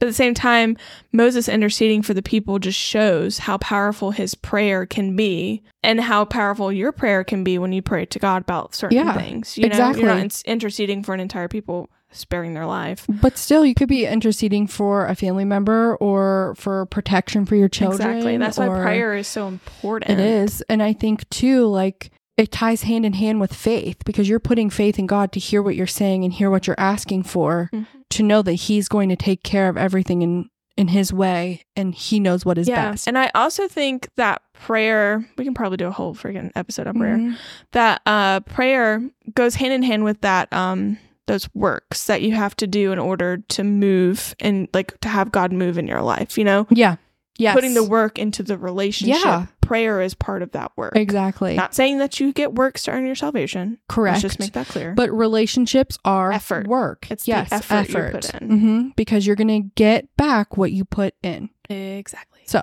But at the same time, Moses interceding for the people just shows how powerful his prayer can be and how powerful your prayer can be when you pray to God about certain Yeah, things. You know, you're not exactly. in- interceding for an entire people sparing their life. But still, you could be interceding for a family member or for protection for your children. Exactly. That's why or- prayer is so important. It is. And I think, too, like it ties hand in hand with faith because you're putting faith in God to hear what you're saying and hear what you're asking for Mhm. to know that He's going to take care of everything in, in His way and He knows what is yeah. best. And I also think that prayer, we can probably do a whole freaking episode on prayer. Mhm. That uh prayer goes hand in hand with that um those works that you have to do in order to move and like to have God move in your life, you know? Yeah. Yes. Putting the work into the relationship. Yeah. Prayer is part of that work. Exactly. Not saying that you get works to earn your salvation. Correct. Let's just make that clear. But relationships are Effort. work. It's the yes, effort you put in. hmm because you're going to get back what you put in. exactly. So-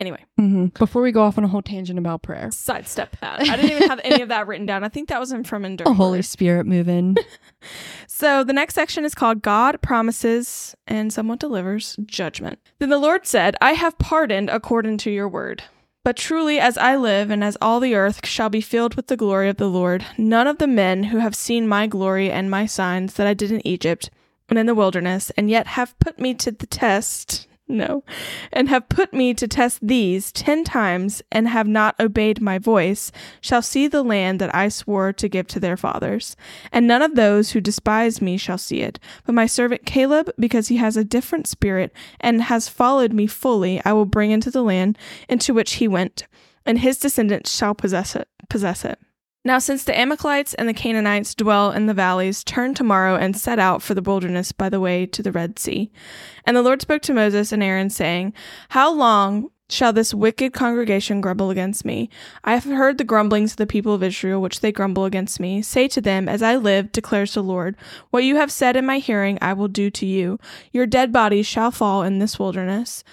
anyway. hmm Before we go off on a whole tangent about prayer, sidestep that. I didn't even have any <laughs> of that written down. I think that was in from Enduring. oh, Holy Word. Spirit, move <laughs> in. So the next section is called God promises and someone delivers judgment. Then the Lord said, I have pardoned according to your word. But truly, as I live, and as all the earth shall be filled with the glory of the Lord, none of the men who have seen my glory and my signs that I did in Egypt and in the wilderness, and yet have put me to the test, no, and have put me to test these ten times, and have not obeyed my voice, shall see the land that I swore to give to their fathers. And none of those who despise me shall see it. But my servant Caleb, because he has a different spirit and has followed me fully, I will bring into the land into which he went, and his descendants shall possess it. Possess it. Now, since the Amalekites and the Canaanites dwell in the valleys, turn tomorrow and set out for the wilderness by the way to the Red Sea. And the Lord spoke to Moses and Aaron, saying, How long shall this wicked congregation grumble against me? I have heard the grumblings of the people of Israel, which they grumble against me. Say to them, As I live, declares the Lord, what you have said in my hearing I will do to you. Your dead bodies shall fall in this wilderness.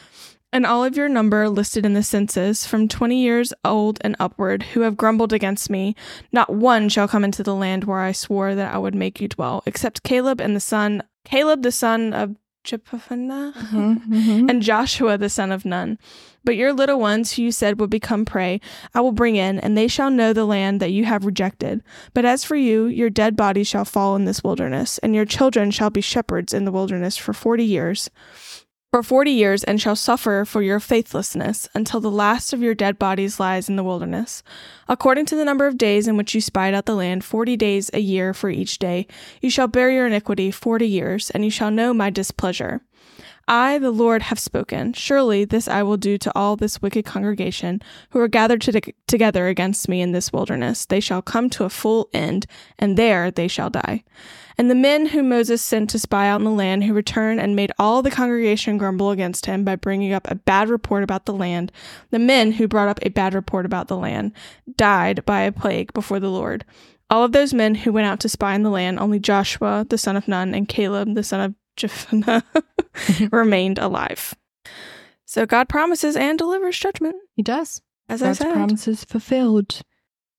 And all of your number listed in the census, from twenty years old and upward, who have grumbled against me, not one shall come into the land where I swore that I would make you dwell, except Caleb and the son Caleb the son of Jephunneh Mhm. and Joshua the son of Nun. But your little ones, who you said would become prey, I will bring in, and they shall know the land that you have rejected. But as for you, your dead bodies shall fall in this wilderness, and your children shall be shepherds in the wilderness for forty years. For forty years, and shall suffer for your faithlessness until the last of your dead bodies lies in the wilderness. According to the number of days in which you spied out the land, forty days a year for each day, you shall bear your iniquity forty years, and you shall know my displeasure. I, the Lord, have spoken. Surely this I will do to all this wicked congregation who are gathered to- together against me in this wilderness. They shall come to a full end, and there they shall die. And the men whom Moses sent to spy out in the land, who returned and made all the congregation grumble against him by bringing up a bad report about the land, the men who brought up a bad report about the land died by a plague before the Lord. All of those men who went out to spy in the land, only Joshua the son of Nun and Caleb the son of Jephunneh <laughs> remained alive. So God promises and delivers judgment, He does. as God's I said. promises fulfilled.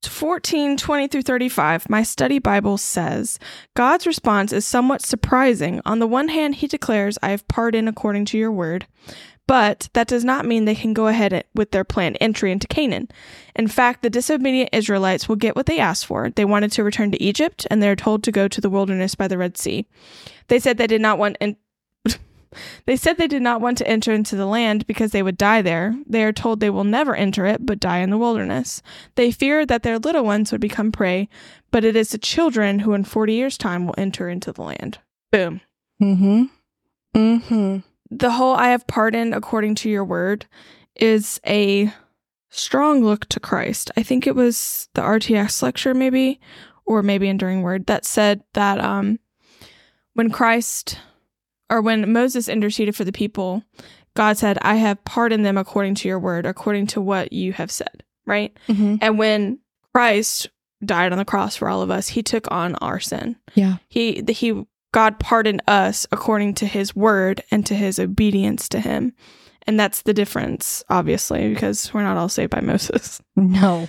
14 20 through 35 my study bible says god's response is somewhat surprising on the one hand he declares i have pardoned according to your word but that does not mean they can go ahead with their planned entry into canaan in fact the disobedient israelites will get what they asked for they wanted to return to egypt and they are told to go to the wilderness by the red sea they said they did not want in- <laughs> they said they did not want to enter into the land because they would die there. They are told they will never enter it, but die in the wilderness. They fear that their little ones would become prey, but it is the children who in 40 years' time will enter into the land. Boom. Mm-hmm. Mm-hmm. The whole I have pardoned according to your word is a strong look to Christ. I think it was the RTS lecture, maybe, or maybe Enduring Word, that said that um, when Christ or when Moses interceded for the people, God said, I have pardoned them according to your word, according to what you have said, right? Mm-hmm. And when Christ died on the cross for all of us, he took on our sin. Yeah. He he God pardon us according to his word and to his obedience to him. And that's the difference, obviously, because we're not all saved by Moses. <laughs> No,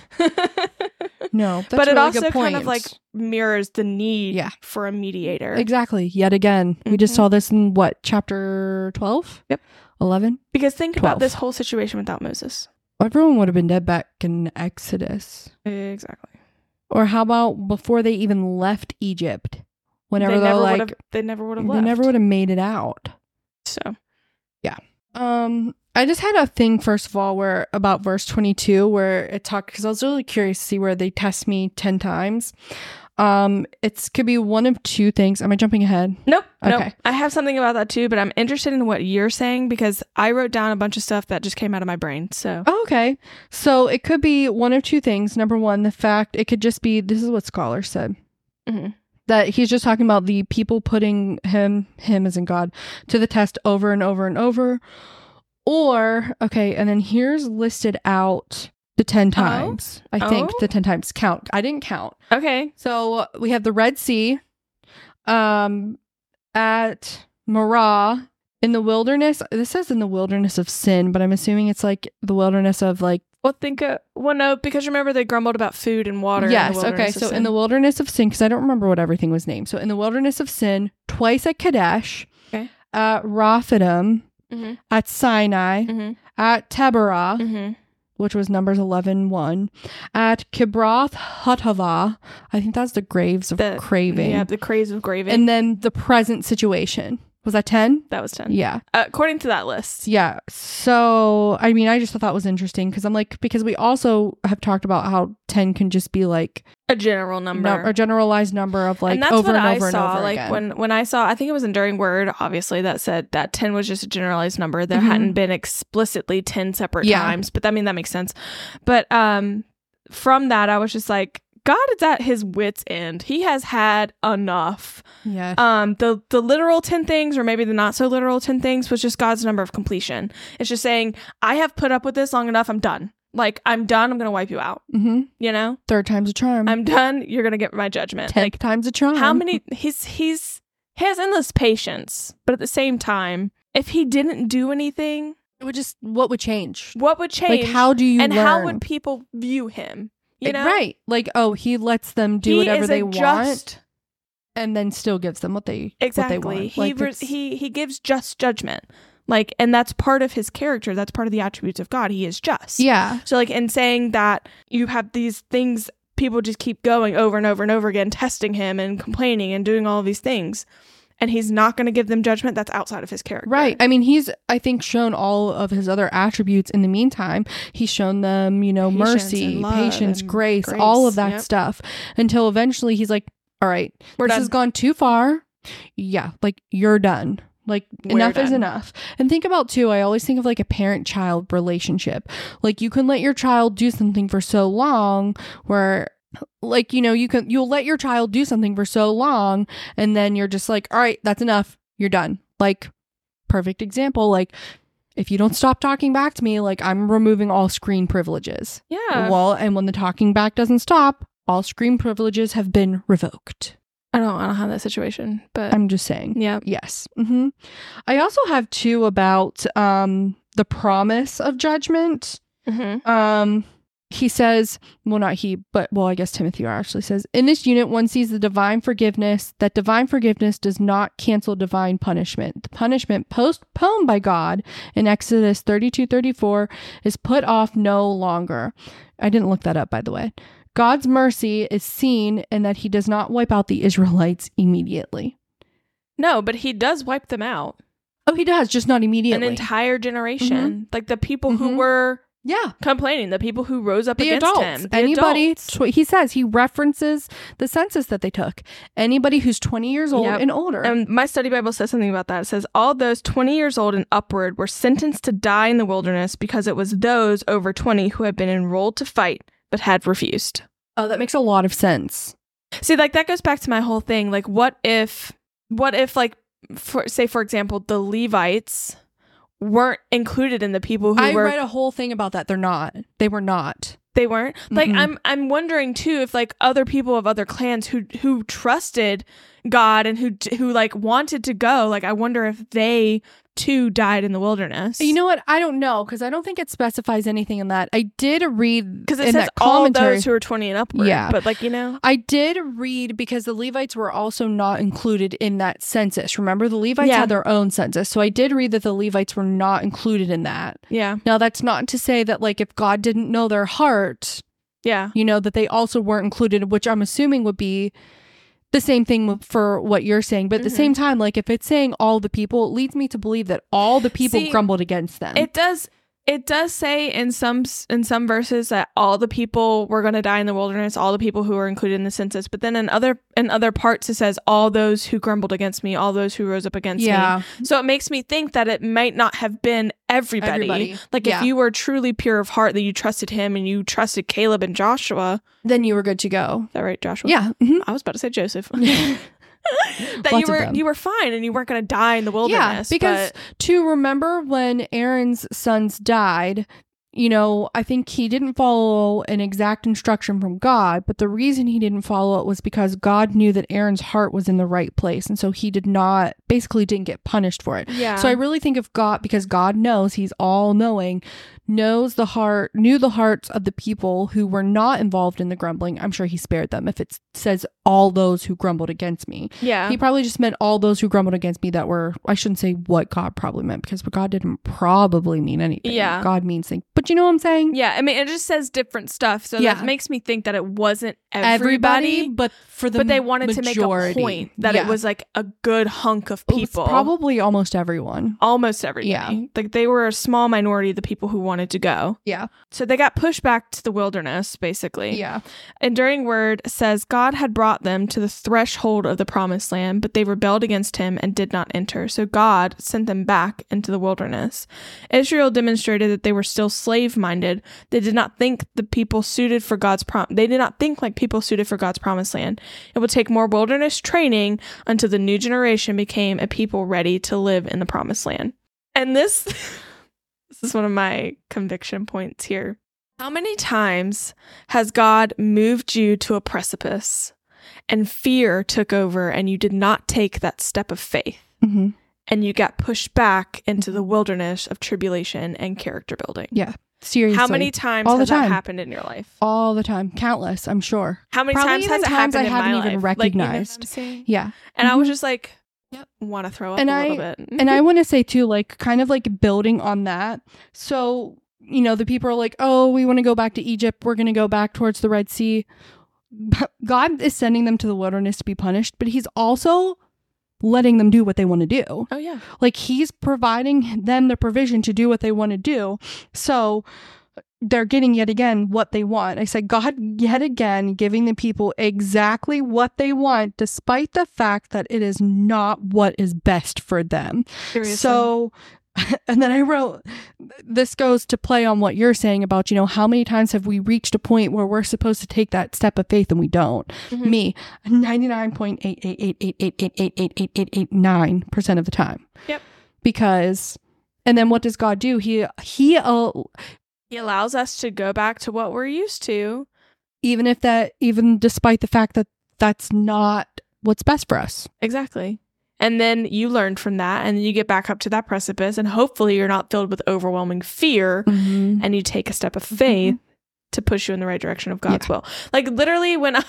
<laughs> no. That's but a it really also good kind of point. like mirrors the need Yeah. for a mediator. exactly. Yet again, we just Mhm. saw this in what chapter twelve? Yep. eleven. Because think Twelve. about this whole situation without Moses. Everyone would have been dead back in Exodus. Exactly. Or how about before they even left Egypt? Whenever they they're never like, would have they never would have they left. never would have made it out. So Um, I just had a thing first of all where about verse 22 where it talked because I was really curious to see where they test me 10 times. Um, it's could be one of two things. Am I jumping ahead? Nope. Nope. Okay. I have something about that too, but I'm interested in what you're saying because I wrote down a bunch of stuff that just came out of my brain. So Oh, okay. So it could be one of two things. Number one, the fact it could just be this is what scholar said. Mhm. That he's just talking about the people putting him, him as in God, to the test over and over and over. Or, okay, and then here's listed out the 10 times. I think Oh. the 10 times count. I didn't count. okay. So we have the Red Sea um at Marah in the wilderness. This says in the wilderness of sin, but I'm assuming it's like the wilderness of like Well, think uh, well, no, because remember they grumbled about food and water. in the Yes, okay. wilderness of So in sin. the wilderness of sin, because I don't remember what everything was named. So in the wilderness of sin, twice at Kadesh, Okay. at Raphidim, Mhm. at Sinai, Mhm. at Taberah, Mhm. which was numbers 11, 1, at Kibroth Hutavah. I think that's the graves of The- craving. yeah, the craze of graving. and then the present situation. Was that 10? that was ten. Yeah. Uh, according to that list. Yeah. So, I mean, I just thought that was interesting because I'm like, because we also have talked about how 10 can just be like A general number. num- a generalized number of like and that's over what and I over saw. and over like again. when when I saw, I think it was Enduring Word, obviously, that said that ten was just a generalized number. There Mhm. hadn't been explicitly ten separate Yeah. times, but I mean that makes sense. But um, from that, I was just like, God is at His wits' end. He has had enough. yeah. um the the literal 10 things or maybe the not so literal 10 things was just god's number of completion it's just saying i have put up with this long enough i'm done like i'm done i'm gonna wipe you out hmm you know Third time's a charm. i'm done you're gonna get my judgment Tenth like time's a charm. how many he's he's he has endless patience but at the same time if he didn't do anything It would just what would change? what would change Like how do you and how learn? would people view him you Like, know right? Like oh, he lets them do He whatever is they a want, just- and then still gives them what they exactly What they want. he Like, re- it's- he he gives just judgment like and that's part of his character that's part of the attributes of god he is just yeah so like in saying that you have these things people just keep going over and over and over again testing him and complaining and doing all these things and he's not going to give them judgment that's outside of his character right. I mean, he's I think shown all of his other attributes in the meantime. He's shown them you know Patience mercy, and love patience, and grace, grace. all of that Yep. stuff until eventually he's like, all right, We're this done. has gone too far. Yeah, like you're done. Like We're enough is done. enough. And think about too, I always think of like a parent child relationship. Like you can let your child do something for so long where like you know, you can you'll let your child do something for so long and then you're just like, "All right, that's enough. You're done." Like perfect example like if you don't stop talking back to me, like I'm removing all screen privileges. yeah Well, and when the talking back doesn't stop, all screen privileges have been revoked. i don't i don't have that situation but I'm just saying. yeah Yes. hmm I also have two about um, the promise of judgment. mm-hmm. Um, he says, well, not he, but well, I guess Timothy R. actually says, in this unit, one sees the divine forgiveness, that divine forgiveness does not cancel divine punishment. The punishment postponed by God in Exodus 32 34 is put off no longer. I didn't look that up, by the way. God's mercy is seen in that he does not wipe out the Israelites immediately. no but he does wipe them out Oh, he does, just not an immediately. entire generation like the people Mhm. who were yeah, complaining the people who rose up the against adults. him the Anybody, adults. tw- he says he references the census that they took. Anybody who's twenty years old Yep. and older. And my study Bible says something about that. It says, All those 20 years old and upward were sentenced to die in the wilderness because it was those over 20 who had been enrolled to fight but had refused. oh, that makes a lot of sense. See, like that goes back to my whole thing. Like, what if, what if, like, for, say, for example, the Levites weren't included in the people who I were. read a whole thing about that. They're not. They were not. They weren't. Like Mm-mm. I'm I'm wondering too if like other people of other clans who who trusted God and who who like wanted to go, like I wonder if they too died in the wilderness. You know what? I don't know because I don't think it specifies anything in that. I did read because it in says that all commentary- those who are 20 and upward. Yeah. But like, you know, I did read because the Levites were also not included in that census. Remember, the Levites Yeah. had their own census. So I did read that the Levites were not included in that. yeah, Now, that's not to say that, like, if God didn't know their heart, yeah. you know, that they also weren't included, which I'm assuming would be the same thing for what you're saying. But at the Mhm. same time, like, if it's saying all the people, it leads me to believe that all the people See, grumbled against them. It does. It does say in some s- in some verses that all the people were going to die in the wilderness, all the people who were included in the census. But then in other in other parts, it says all those who grumbled against me, all those who rose up against yeah. me. So it makes me think that it might not have been everybody. Everybody. Like Yeah. if you were truly pure of heart, that you trusted him and you trusted Caleb and Joshua. Then you were good to go. Is that right, Joshua? Yeah. <laughs> mhm. I was about to say <laughs> Joseph. that Lots you of were them. you were fine and you weren't going to die in the wilderness. Yeah, because but- to remember when Aaron's sons died, you know, I think he didn't follow an exact instruction from God, but the reason he didn't follow it was because God knew that Aaron's heart was in the right place, and so he did not basically didn't get punished for it. yeah. So I really think if God because God knows, he's all knowing, knows the heart, knew the hearts of the people who were not involved in the grumbling. I'm sure he spared them if it says all those who grumbled against me. yeah. He probably just meant all those who grumbled against me that were, I shouldn't say what God probably meant because God didn't probably mean anything. Yeah. God means things. But you know what I'm saying? Yeah, I mean, it just says different stuff, so Yeah. that makes me think that it wasn't everybody, but for the but they wanted to make majority. a point that Yeah. it was like a good hunk of It was people, probably almost everyone. almost everybody. Yeah. like they were a small minority of the people who wanted to go. Yeah. So they got pushed back to the wilderness, basically. Yeah. Enduring Word says God had brought them to the threshold of the promised land, but they rebelled against him and did not enter. So God sent them back into the wilderness. Israel demonstrated that they were still slave minded. They did not think the people suited for God's prom they did not think like people suited for God's promised land. It would take more wilderness training until the new generation became a people ready to live in the promised land. And this <laughs> this is one of my conviction points here. How many times has God moved you to a precipice and fear took over and you did not take that step of faith hmm and you got pushed back into the wilderness of tribulation and character building? Seriously. How many times All the has that time. happened in your life? All the time. Countless, I'm sure. How many Probably times even has it times happened I in my haven't even life? Like, you know what I'm recognized. saying? Yeah. And I was Mhm. just like, Yep. want to throw up And a I- little bit. and I want to say too, like kind of like building on that. So you know, the people are like, "Oh, we want to go back to Egypt. We're going to go back towards the Red Sea." But God is sending them to the wilderness to be punished, but He's also letting them do what they want to do. <laughs> oh, yeah. Like He's providing them the provision to do what they want to do. So they're getting yet again what they want. I said, God yet again giving the people exactly what they want, despite the fact that it is not what is best for them. Seriously. So, and then I wrote, this goes to play on what you're saying about, you know, how many times have we reached a point where we're supposed to take that step of faith and we don't? Mhm. Me, 99.88888888889% of the time. Yep. Because, and then what does God do? He, he, uh, he allows us to go back to what we're used to. even if that, even despite the fact that that's not what's best for us. Exactly. And then you learn from that, and then you get back up to that precipice, and hopefully you're not filled with overwhelming fear, Mm-hmm. and you take a step of faith to push you in the right direction of God's will. Like literally, when <laughs> I,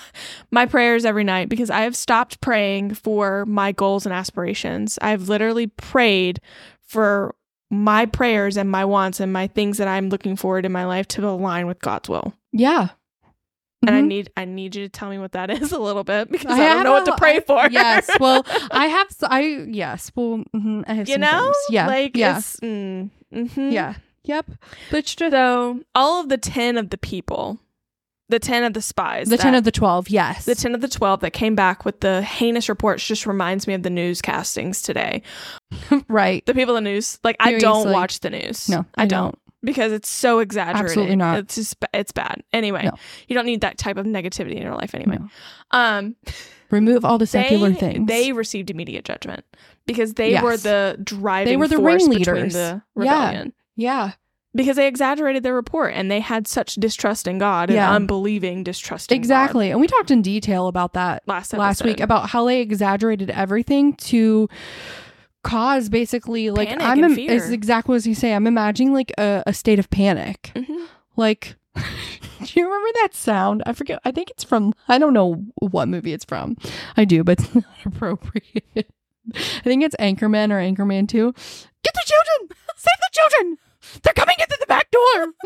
my prayers every night, because I have stopped praying for my goals and aspirations. I've literally prayed for my prayers and my wants and my things that I'm looking forward in my life to align with God's will. Yeah. And I Mhm. need I need you to tell me what that <laughs> is a little bit because I, I don't know have what a- to pray for. yes. Well, <laughs> I have. s- I yes. Well, mhm, I have. you some know things. Yeah. like Yeah. it's mm, mhm. Yeah. Yep. But it's just so all of the 10 of the people the 10 of the spies the ten that- of the twelve. Yes. the 10 of the 12 that came back with the heinous reports just reminds me of the news castings today <laughs> right. the people in the news like i don't Seriously. watch the news No, i, I don't. don't. because it's so exaggerated Absolutely not. it's just ba- it's bad anyway No. you don't need that type of negativity in your life anyway No. um Remove all the secular they, things. they received immediate judgment because they Yes. were the driving the force between ringleaders. the Yeah. rebellion yeah. because they exaggerated their report and they had such distrust in God Yeah. and unbelieving distrust in God Exactly. And we talked in detail about that last last week episode. about how they exaggerated everything to cause basically like Panic I'm and im- is fear. exactly what you say. I'm imagining like a, a state of panic. Mhm. Like <laughs> do you remember that sound? I forget. I think it's from I don't know what movie it's from. I do, but it's <laughs> not appropriate. I think it's Anchorman or Anchorman 2. Get the children! Save the children! They're coming into the back <laughs>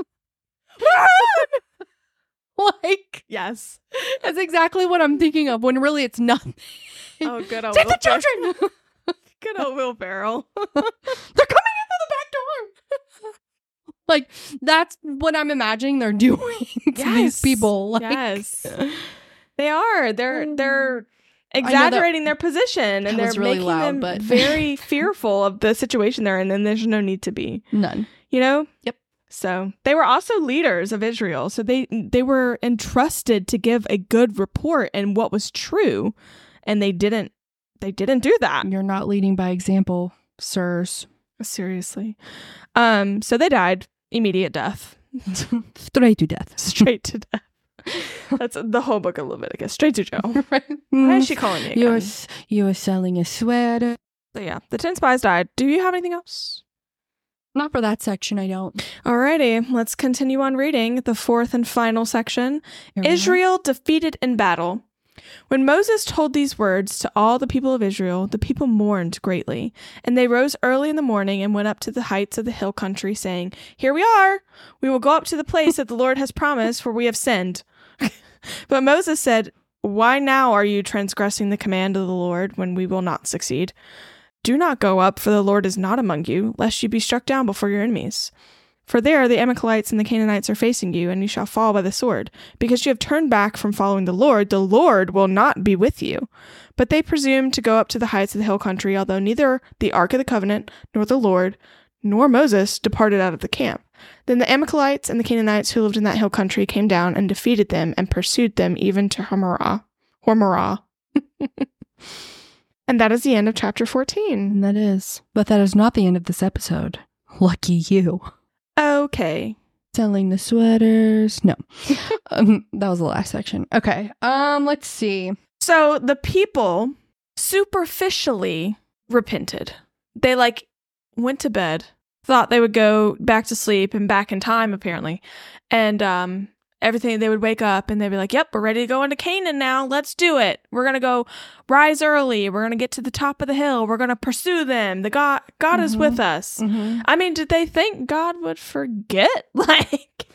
door! <laughs> like Yes. that's exactly what I'm thinking of when really it's not. Oh, good old <laughs> Save Will the children! <laughs> Fer- They're Good old Will <laughs> Ferrell. coming into the back door! <laughs> like, that's what I'm imagining they're <laughs> doing to Yes. these people. Like, <laughs> yes, they are. They're Mm. they're know that- exaggerating their position that and they're was really making loud, them but- <laughs> very fearful of the situation they're in, and there's no need to be. None. You know. Yep. So they were also leaders of Israel, so they they were entrusted to give a good report and what was true, and they didn't they didn't do that. You're not leading by example, sirs. Seriously. Um. So they died immediate death. <laughs> Straight to death. <laughs> straight to death. That's the whole book of Leviticus, straight to jail. right? Why <laughs> is she calling me? You're, Again? s- you're selling a sweater. So yeah, the ten spies died. Do you have anything else? Not for that section, I don't. Alrighty, let's continue on reading the fourth and final section. Here we are. Israel defeated in battle. When Moses told these words to all the people of Israel, the people mourned greatly. And they rose early in the morning and went up to the heights of the hill country, saying, Here we are! We will go up to the place that the Lord has promised, for we have sinned. <laughs> but Moses said, Why now are you transgressing the command of the Lord when we will not succeed? Do not go up, for the Lord is not among you, lest you be struck down before your enemies. For there the Amalekites and the Canaanites are facing you, and you shall fall by the sword because you have turned back from following the Lord, the Lord will not be with you. But they presumed to go up to the heights of the hill country, although neither the Ark of the Covenant, nor the Lord, nor Moses departed out of the camp. Then the Amalekites and the Canaanites who lived in that hill country came down and defeated them and pursued them even to Hormorah. Hormorah. <laughs> and that is the end of chapter 14. And that is. But that is not the end of this episode. Lucky you. Okay. selling the sweaters. No, <laughs> um, that was the last section. Okay, um, let's see. So the people superficially repented. They like went to bed, thought they would go back to sleep and back in time apparently. And um everything they would wake up and they'd be like, "Yep, we're ready to go into Canaan now. Let's do it. We're going to go rise early. We're going to get to the top of the hill. We're going to pursue them. The God God is Mhm. with us." I mean, did they think God would forget? <laughs> Like,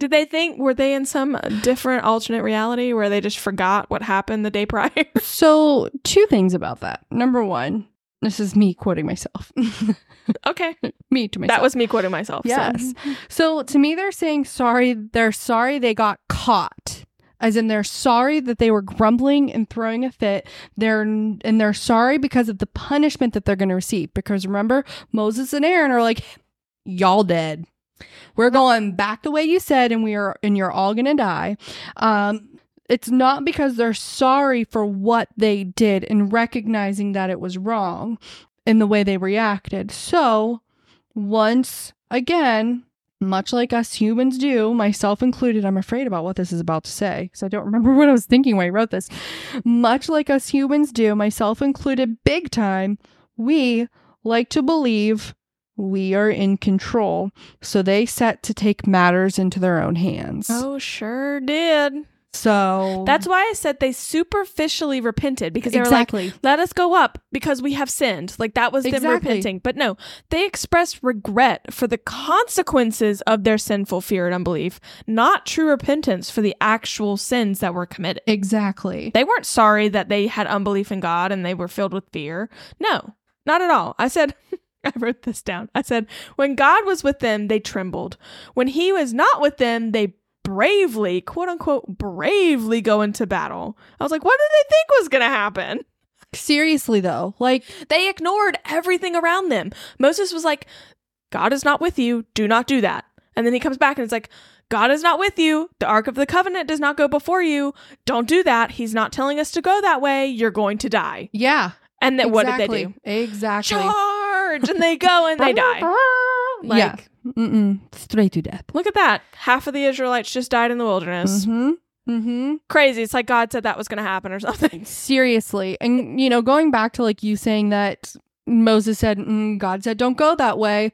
did they think, were they in some different alternate reality where they just forgot what happened the day prior? <laughs> So, two things about that. Number one, this is me quoting myself. <laughs> okay. me to myself. That was me quoting myself. so. Yes. Mm-hmm. So to me, they're saying sorry. They're sorry they got caught. As in, they're sorry that they were grumbling and throwing a fit. They're and they're sorry because of the punishment that they're going to receive. Because remember, Moses and Aaron are like, "Y'all dead. We're going back the way you said, and we are, and you're all going to die." Um, it's not because they're sorry for what they did and recognizing that it was wrong in the way they reacted. So once again, much like us humans do, myself included, I'm afraid about what this is about to say because I don't <laughs> remember what I was thinking when I wrote this. Much like us humans do, myself included, big time, we like to believe we are in control. So they set to take matters into their own hands. Oh, sure did. So That's why I said they superficially repented because they were like, exactly. let us go up because we have sinned. Like that was them Exactly. repenting. But no, they expressed regret for the consequences of their sinful fear and unbelief, not true repentance for the actual sins that were committed. Exactly. They weren't sorry that they had unbelief in God and they were filled with fear. No, not at all. I said, <laughs> I wrote this down. I said, when God was with them, they trembled. When he was not with them, they bravely, quote unquote, bravely go into battle. I was like, what did they think was going to happen? Seriously though, like They ignored everything around them. Moses was like, God is not with you. Do not do that. And then he comes back and it's like, God is not with you. The Ark of the Covenant does not go before you. Don't do that. He's not telling us to go that way. You're going to die. yeah. And then what did they exactly. do? Exactly. <laughs> Charge! And they go and they die. Like, yeah. Mm-mm. Straight to death. Look at that. Half of the Israelites just died in the wilderness. Mm-hmm. Mm-hmm. Crazy. It's like God said that was going to happen or <laughs> something. Seriously. And, you know, going back to like you saying that Moses said, mm, God said, don't go that way.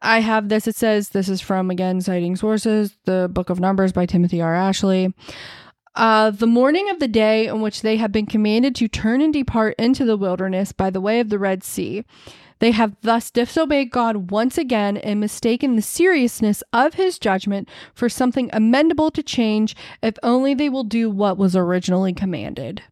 I have this. It says, this is from, again, citing sources, the Book of Numbers by Timothy R. Ashley. Uh, the morning of the day on which they have been commanded to turn and depart into the wilderness by the way of the Red Sea. They have thus disobeyed God once again and mistaken the seriousness of his judgment for something amendable to change if only they will do what was originally commanded.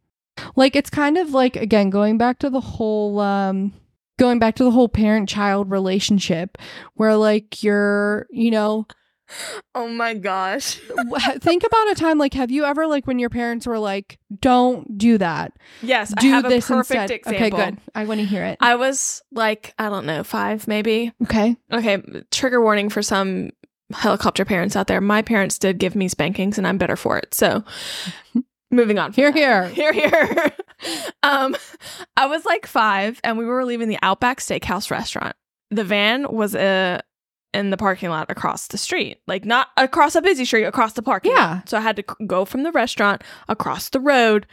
Like it's kind of like again going back to the whole um going back to the whole parent child relationship where like you're, you know, Oh my gosh. wh- think about a time like have you ever like when your parents were like don't do that. Yes, Do I have this a perfect instead. example. Okay, good. I want to hear it. I was like, I don't know, five maybe. okay. Okay, trigger warning for some helicopter parents out there. My parents did give me spankings and I'm better for it. <laughs> So moving on. from Here that. <laughs> here. Here, here. um, I was like five, and we were leaving the Outback Steakhouse restaurant. The van was uh, in the parking lot across the street, like not across a busy street, across the parking lot. Yeah. So I had to c- go from the restaurant across the road,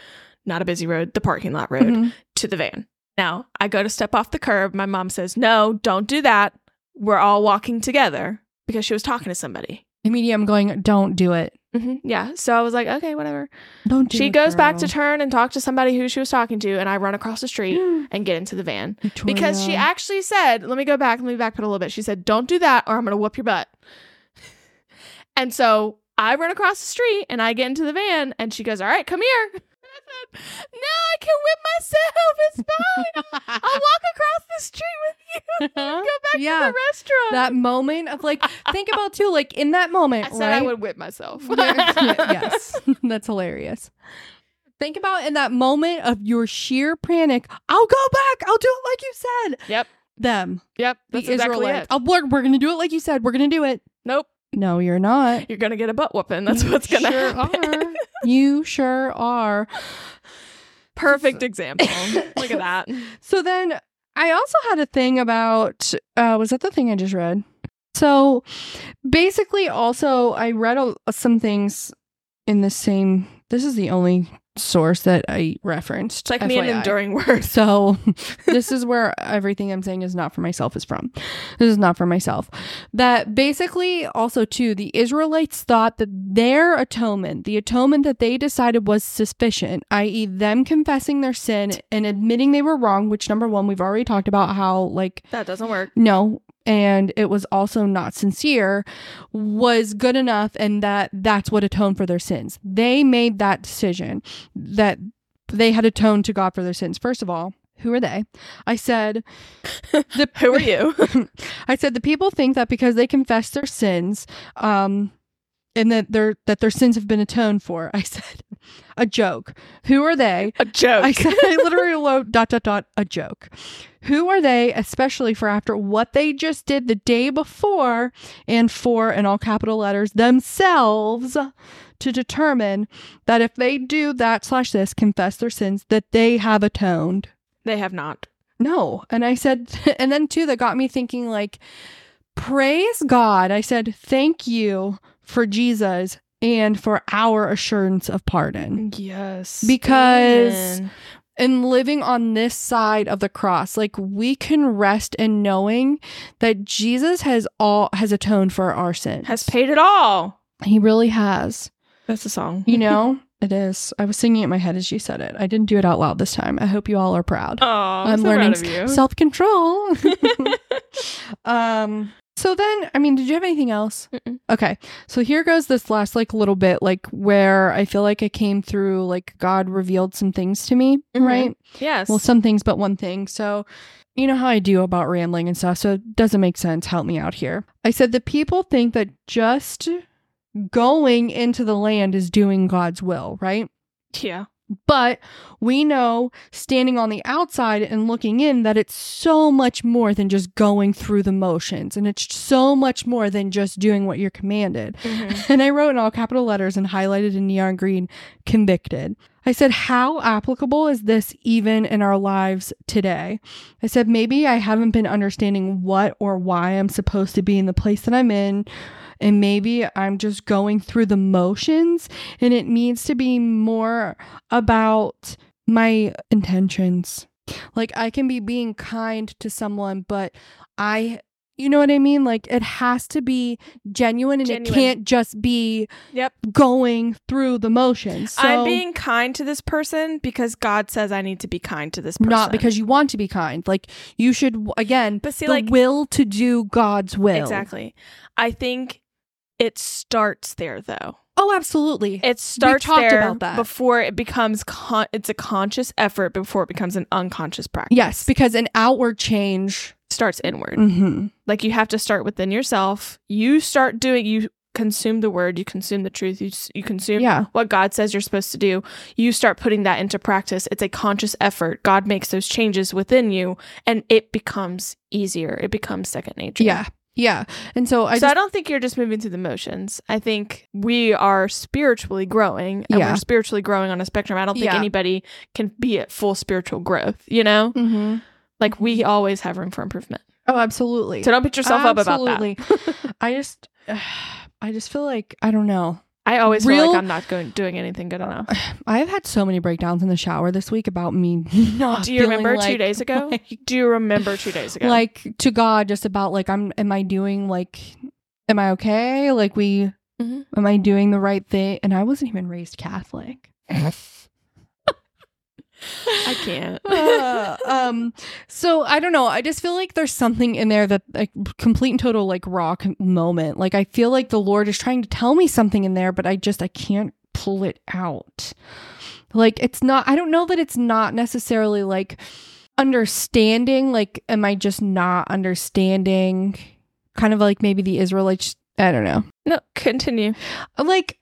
not a busy road, the parking lot road, Mhm. to the van. Now I go to step off the curb. My mom says, No, don't do that. We're all walking together because she was talking to somebody. Immediately I'm going don't do it. hmm Yeah. So I was like, Okay, whatever. Don't do She it, goes back to girl. turn and talk to somebody who she was talking to, and I run across the <gasps> street and get into the van because she <gasps> Victoria. actually said, "Let me go back. Let me backpedal a little bit." She said, "Don't do that, or I'm gonna whoop your butt." <laughs> and so I run across the street and I get into the van, and she goes, "All right, come here." <laughs> And I said, no, I can whip myself. <laughs> It's fine. I'll walk across the street with <laughs> you. Go back to yeah. the restaurant. That moment of like, <laughs> think about too, like in that moment, I said I right? would whip <laughs> myself. <laughs> yes, <laughs> that's hilarious. Think about in that moment of your sheer panic. I'll go back. I'll do it like you said. Yep. Them. Yep. The That's exactly Israelites. it. I'll, we're we're gonna do it like you said. We're gonna do it. Nope. No, you're not. You're gonna get a butt whooping. That's what's gonna sure happen. Are. You sure are. <laughs> Perfect example. Look at <laughs> that. So then I also had a thing about uh was that the thing I just read? So basically also I read a, some things in the same this is the only source that I referenced. It's like me and FYI. enduring words. <laughs> So this is where everything I'm saying is not for myself is from. This is not for myself. That basically also too, the Israelites thought that their atonement, the atonement that they decided was sufficient, i.e. them confessing their sin and admitting they were wrong, which number one, we've already talked about how like That doesn't work. no and it was also not sincere was good enough and that that's what atoned for their sins they made that decision that they had atoned to god for their sins first of all who are they <laughs> i said the, Who are you? <laughs> i said the people think that because they confess their sins um and that their that their sins have been atoned for i said a joke who are they <laughs> A joke. I said I literally wrote dot dot dot a joke. Who are they, especially for after what they just did the day before, and for in all capital letters themselves to determine that if they do that slash this confess their sins that they have atoned. they have not. No, and I said, <laughs> and then too that got me thinking like, praise God. I said thank you for Jesus and for our assurance of pardon Yes. Because- and living on this side of the cross like we can rest in knowing that jesus has all has atoned for our sins has paid it all. he really has That's a song. <laughs> you know it is i was singing it in my head as you said it i didn't do it out loud this time i hope you all are proud Oh, I'm, I'm so learning proud of you. <laughs> self-control <laughs> um so then i mean did you have anything else Mm-mm. okay so here goes this last like little bit like where i feel like i came through like god revealed some things to me Mhm. right yes. Well, some things, but one thing. So, you know how I do about rambling and stuff. So it doesn't make sense. Help me out here. I said the people think that just going into the land is doing God's will, right? yeah. But we know standing on the outside and looking in that it's so much more than just going through the motions and it's so much more than just doing what you're commanded. Mhm. And I wrote in all capital letters and highlighted in neon green, convicted. I said, How applicable is this even in our lives today? I said, Maybe I haven't been understanding what or why I'm supposed to be in the place that I'm in. And maybe I'm just going through the motions. And it needs to be more about my intentions. Like, I can be being kind to someone, but I, you know what I mean? Like, it has to be genuine and it Genuine. can't just be Yep. going through the motions. So, I'm being kind to this person because God says I need to be kind to this person. not because you want to be kind. Like you should again, But see, the like- will to do God's will. Exactly. I think it starts there though. Oh, absolutely. It starts talked there about that. before it becomes con- it's a conscious effort before it becomes an unconscious practice. yes, because an outward change. starts inward. Mm-hmm. Like you have to start within yourself. You start doing you consume the word, you consume the truth, you s- you consume Yeah. what God says you're supposed to do. You start putting that into practice. It's a conscious effort. God makes those changes within you and it becomes easier. It becomes second nature. Yeah. Yeah. And so I so just I don't think you're just moving through the motions. I think we are spiritually growing and Yeah. we're spiritually growing on a spectrum. I don't think Yeah. anybody can be at full spiritual growth, you know? Mhm. Like we always have room for improvement. Oh, absolutely. So don't beat yourself up <laughs> about that. Absolutely. I just <sighs> I just feel like I don't know. I always feel Real- like I'm not going doing anything good enough. <laughs> I've had so many breakdowns in the shower this week about me not Do you feeling remember two like- days ago? <laughs> like- Do you remember two days ago? like to God, just about like I'm. Am I doing like? Am I okay? Like we? Mhm. Am I doing the right thing? And I wasn't even raised Catholic. I can't. <laughs> Uh, um. So I don't know. I just feel like there's something in there that like complete and total like rock moment. Like I feel like the Lord is trying to tell me something in there, but I just I can't pull it out. Like it's not. I don't know that it's not necessarily like understanding like am i just not understanding kind of like maybe the israelites i don't know no, continue. like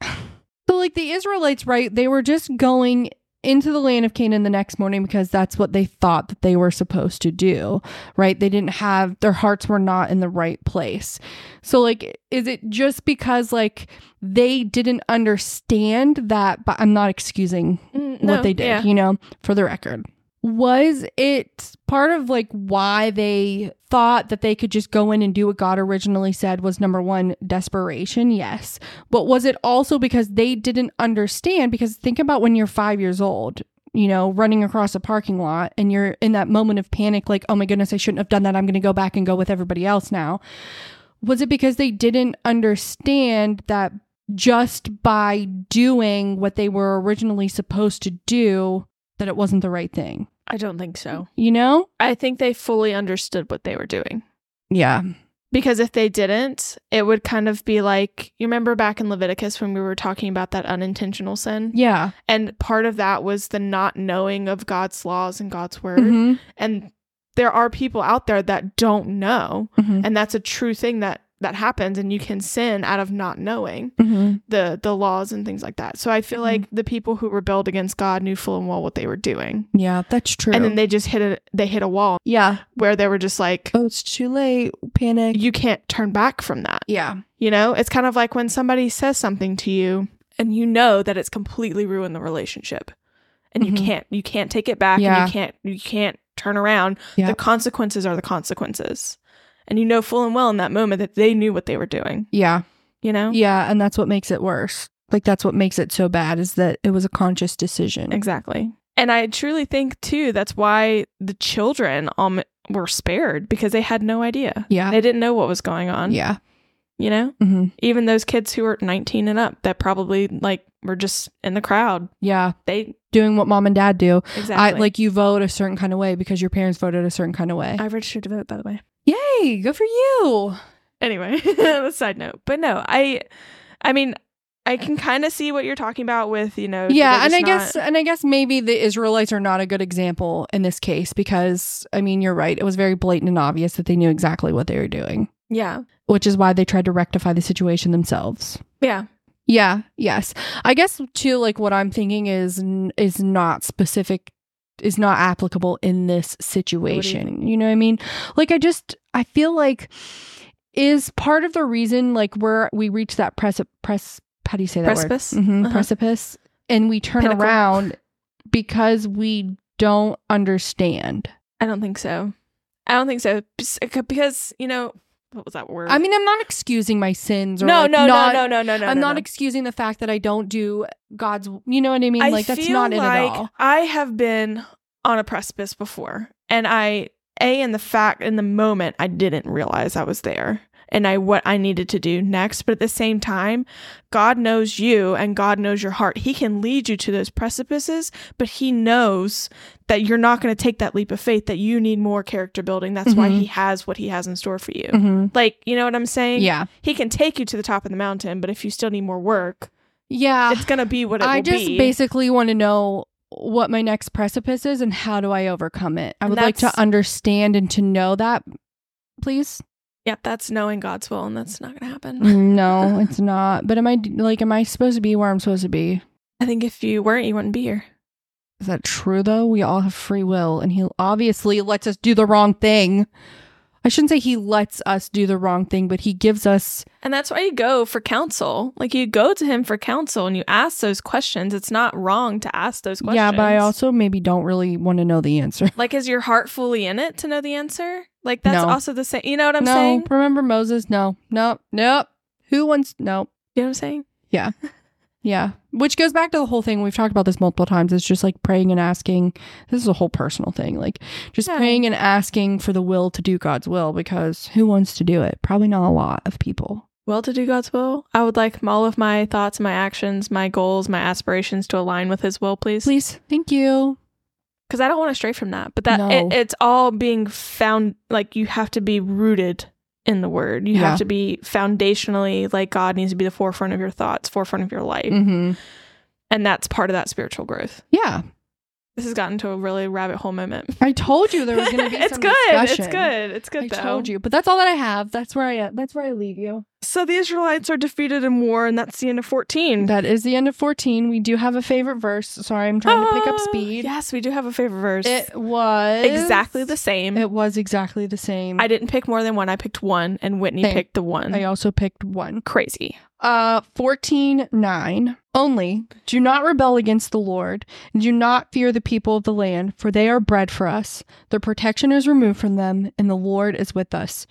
so like the israelites right they were just going into the land of canaan the next morning because that's what they thought that they were supposed to do right they didn't have their hearts were not in the right place so like is it just because like they didn't understand that but i'm not excusing Mm, no, what they did, yeah. you know, for the record. Was it part of like why they thought that they could just go in and do what God originally said was number one, desperation? Yes. But was it also because they didn't understand? Because think about when you're five years old, you know, running across a parking lot and you're in that moment of panic, like, oh my goodness, I shouldn't have done that. I'm going to go back and go with everybody else now. Was it because they didn't understand that just by doing what they were originally supposed to do that it wasn't the right thing. I don't think so. You know? I think they fully understood what they were doing. Yeah. Because if they didn't, it would kind of be like you remember back in Leviticus when we were talking about that unintentional sin? Yeah. And part of that was the not knowing of God's laws and God's word. hmm And there are people out there that don't Mm-hmm. know. And that's a true thing that that happens and you can sin out of not knowing Mm-hmm. the the laws and things like that. So I feel Mhm. like the people who rebelled against God knew full and well what they were doing. Yeah, that's true. And then they just hit a they hit a wall yeah. where they were just like Oh, it's too late. Panic. you can't turn back from that. yeah. You know, it's kind of like when somebody says something to you and you know that it's completely ruined the relationship and Mhm. you can't you can't take it back Yeah. and you can't you can't turn around. The Yep. consequences are the consequences. And you know full and well in that moment that they knew what they were doing, Yeah. you know? Yeah. And that's what makes it worse. Like, that's what makes it so bad is that it was a conscious decision. Exactly. And I truly think too that's why the children um were spared because they had no idea. Yeah. They didn't know what was going on. Yeah. You know? hmm Even those kids who were 19 and up that probably like were just in the crowd. Yeah. They Doing what mom and dad do. exactly I like you vote a certain kind of way because your parents voted a certain kind of way. I registered to vote, by the way. Yay. Good for you. Anyway, <laughs> that's a side note. But no, I, I mean, I can kind of see what you're talking about with you know. yeah they're just and i not- guess and i guess maybe the israelites are not a good example in this case because i mean you're right it was very blatant and obvious that they knew exactly what they were doing yeah, which is why they tried to rectify the situation themselves yeah, yeah yes i guess too like what i'm thinking is n- is not specific is not applicable in this situation you know what i mean like i just i feel like is part of the reason like where we reach that press press how do you say that word precipice. hmm Uh-huh. precipice and we turn Pinnacle. around because we don't understand. I don't think so. I don't think so Bes- because you know what was that word? I mean, I'm not excusing my sins or no, like, no, not- no, no, no, no, no. I'm no, not no. excusing the fact that I don't do God's, you know what I mean? like that's feel not it like at all. I have been on a precipice before, and I a in the fact in the moment I didn't realize I was there and I what I needed to do next. But at the same time, God knows you and God knows your heart. He can lead you to those precipices, but He knows that you're not going to take that leap of faith. That you need more character building. That's why Mhm. He has what He has in store for you. Mm-hmm. Like you know what I'm saying? Yeah, He can take you to the top of the mountain, but if you still need more work, yeah. it's going to be what it I will just be. basically want to know what my next precipice is and how do I overcome it. I And would like to that's- understand and to know that, please. Yeah, that's knowing God's will, and that's not going to Mm. happen. Mm-hmm. <laughs> No, it's not. But am I like, am I supposed to be where I'm supposed to be? I think if you weren't, you wouldn't be here. Is that true though? We all have free will, and he obviously lets us do the wrong thing. I shouldn't say he lets us do the wrong thing, but he gives us And that's why you go for counsel. Like you go to Him for counsel and you ask those questions. It's not wrong to ask those questions. Yeah, but I also maybe don't really want to know the answer. like, is your heart fully in it to know the answer? Like that's No. also the same. You know what I'm no, saying? remember Moses? No, no, nope. Who wants? No, You know what I'm saying? yeah. Which goes back to the whole thing we've talked about this multiple times. It's just like praying and asking. This is a whole personal thing. Like just Yeah. praying and asking for the will to do God's will because who wants to do it? Probably not a lot of people. Well, to do God's will, I would like all of my thoughts, my actions, my goals, my aspirations to align with His will, please. Please, thank you. because I don't want to stray from that. But that No. it, it's all being found. Like you have to be rooted in the Word. You Yeah. have to be foundationally like God needs to be the forefront of your thoughts, forefront of your life, Mm-hmm. and that's part of that spiritual growth. Yeah, This has gotten to a really rabbit hole moment. I told you there was <laughs> going to be. it's some good. discussion. It's good. It's good. I though. told you, but that's all that I have. That's where I. That's where I leave you. So the Israelites are defeated in war, and that's the end of fourteen. That is the end of 14. We do have a favorite verse. Sorry, I'm trying to pick Ah, up speed. Yes, we do have a favorite verse. It was exactly the same. It was exactly the same. I didn't pick more than one. I picked one, and Whitney Same. picked the one. I also picked one. Crazy. Uh 14:9. Only do not rebel against the Lord, and do not fear the people of the land, for they are bread for us. Their protection is removed from them, and the Lord is with us.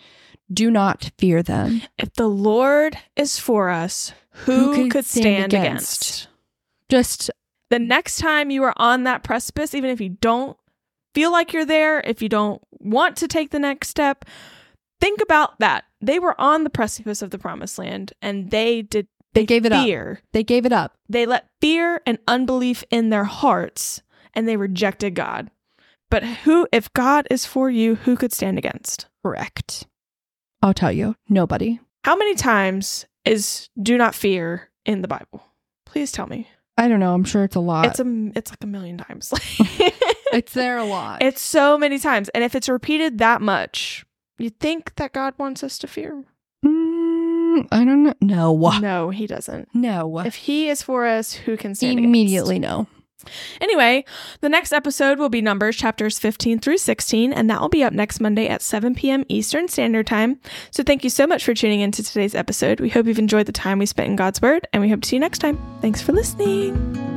Do not fear them. If the Lord is for us, who, could, stand, against? Just The next time you are on that precipice, even if you don't feel like you're there, if you don't want to take the next step, think about that. They were on the precipice of the promised land and they did They gave it up. fear. they gave it up. They let fear and unbelief in their hearts and they rejected God. But who if God is for you, who could stand against? Correct. I'll tell you, nobody. How many times is do not fear in the Bible? Please tell me. I don't know. I'm sure it's a lot. <laughs> it's It's, a it's like a million times. <laughs> there a lot. it's so many times, and if it's repeated that much, you think that God wants us to fear? Mm, I don't know. No. No, He doesn't. No. If He is for us, who can stand Uh. Immediately no. against? Anyway, the next episode will be Numbers chapters 15 through 16, and that will be up next Monday at 7 p.m. Eastern Standard Time. So thank you so much for tuning in to today's episode. We hope you've enjoyed the time we spent in God's Word, and we hope to see you next time. Thanks for listening.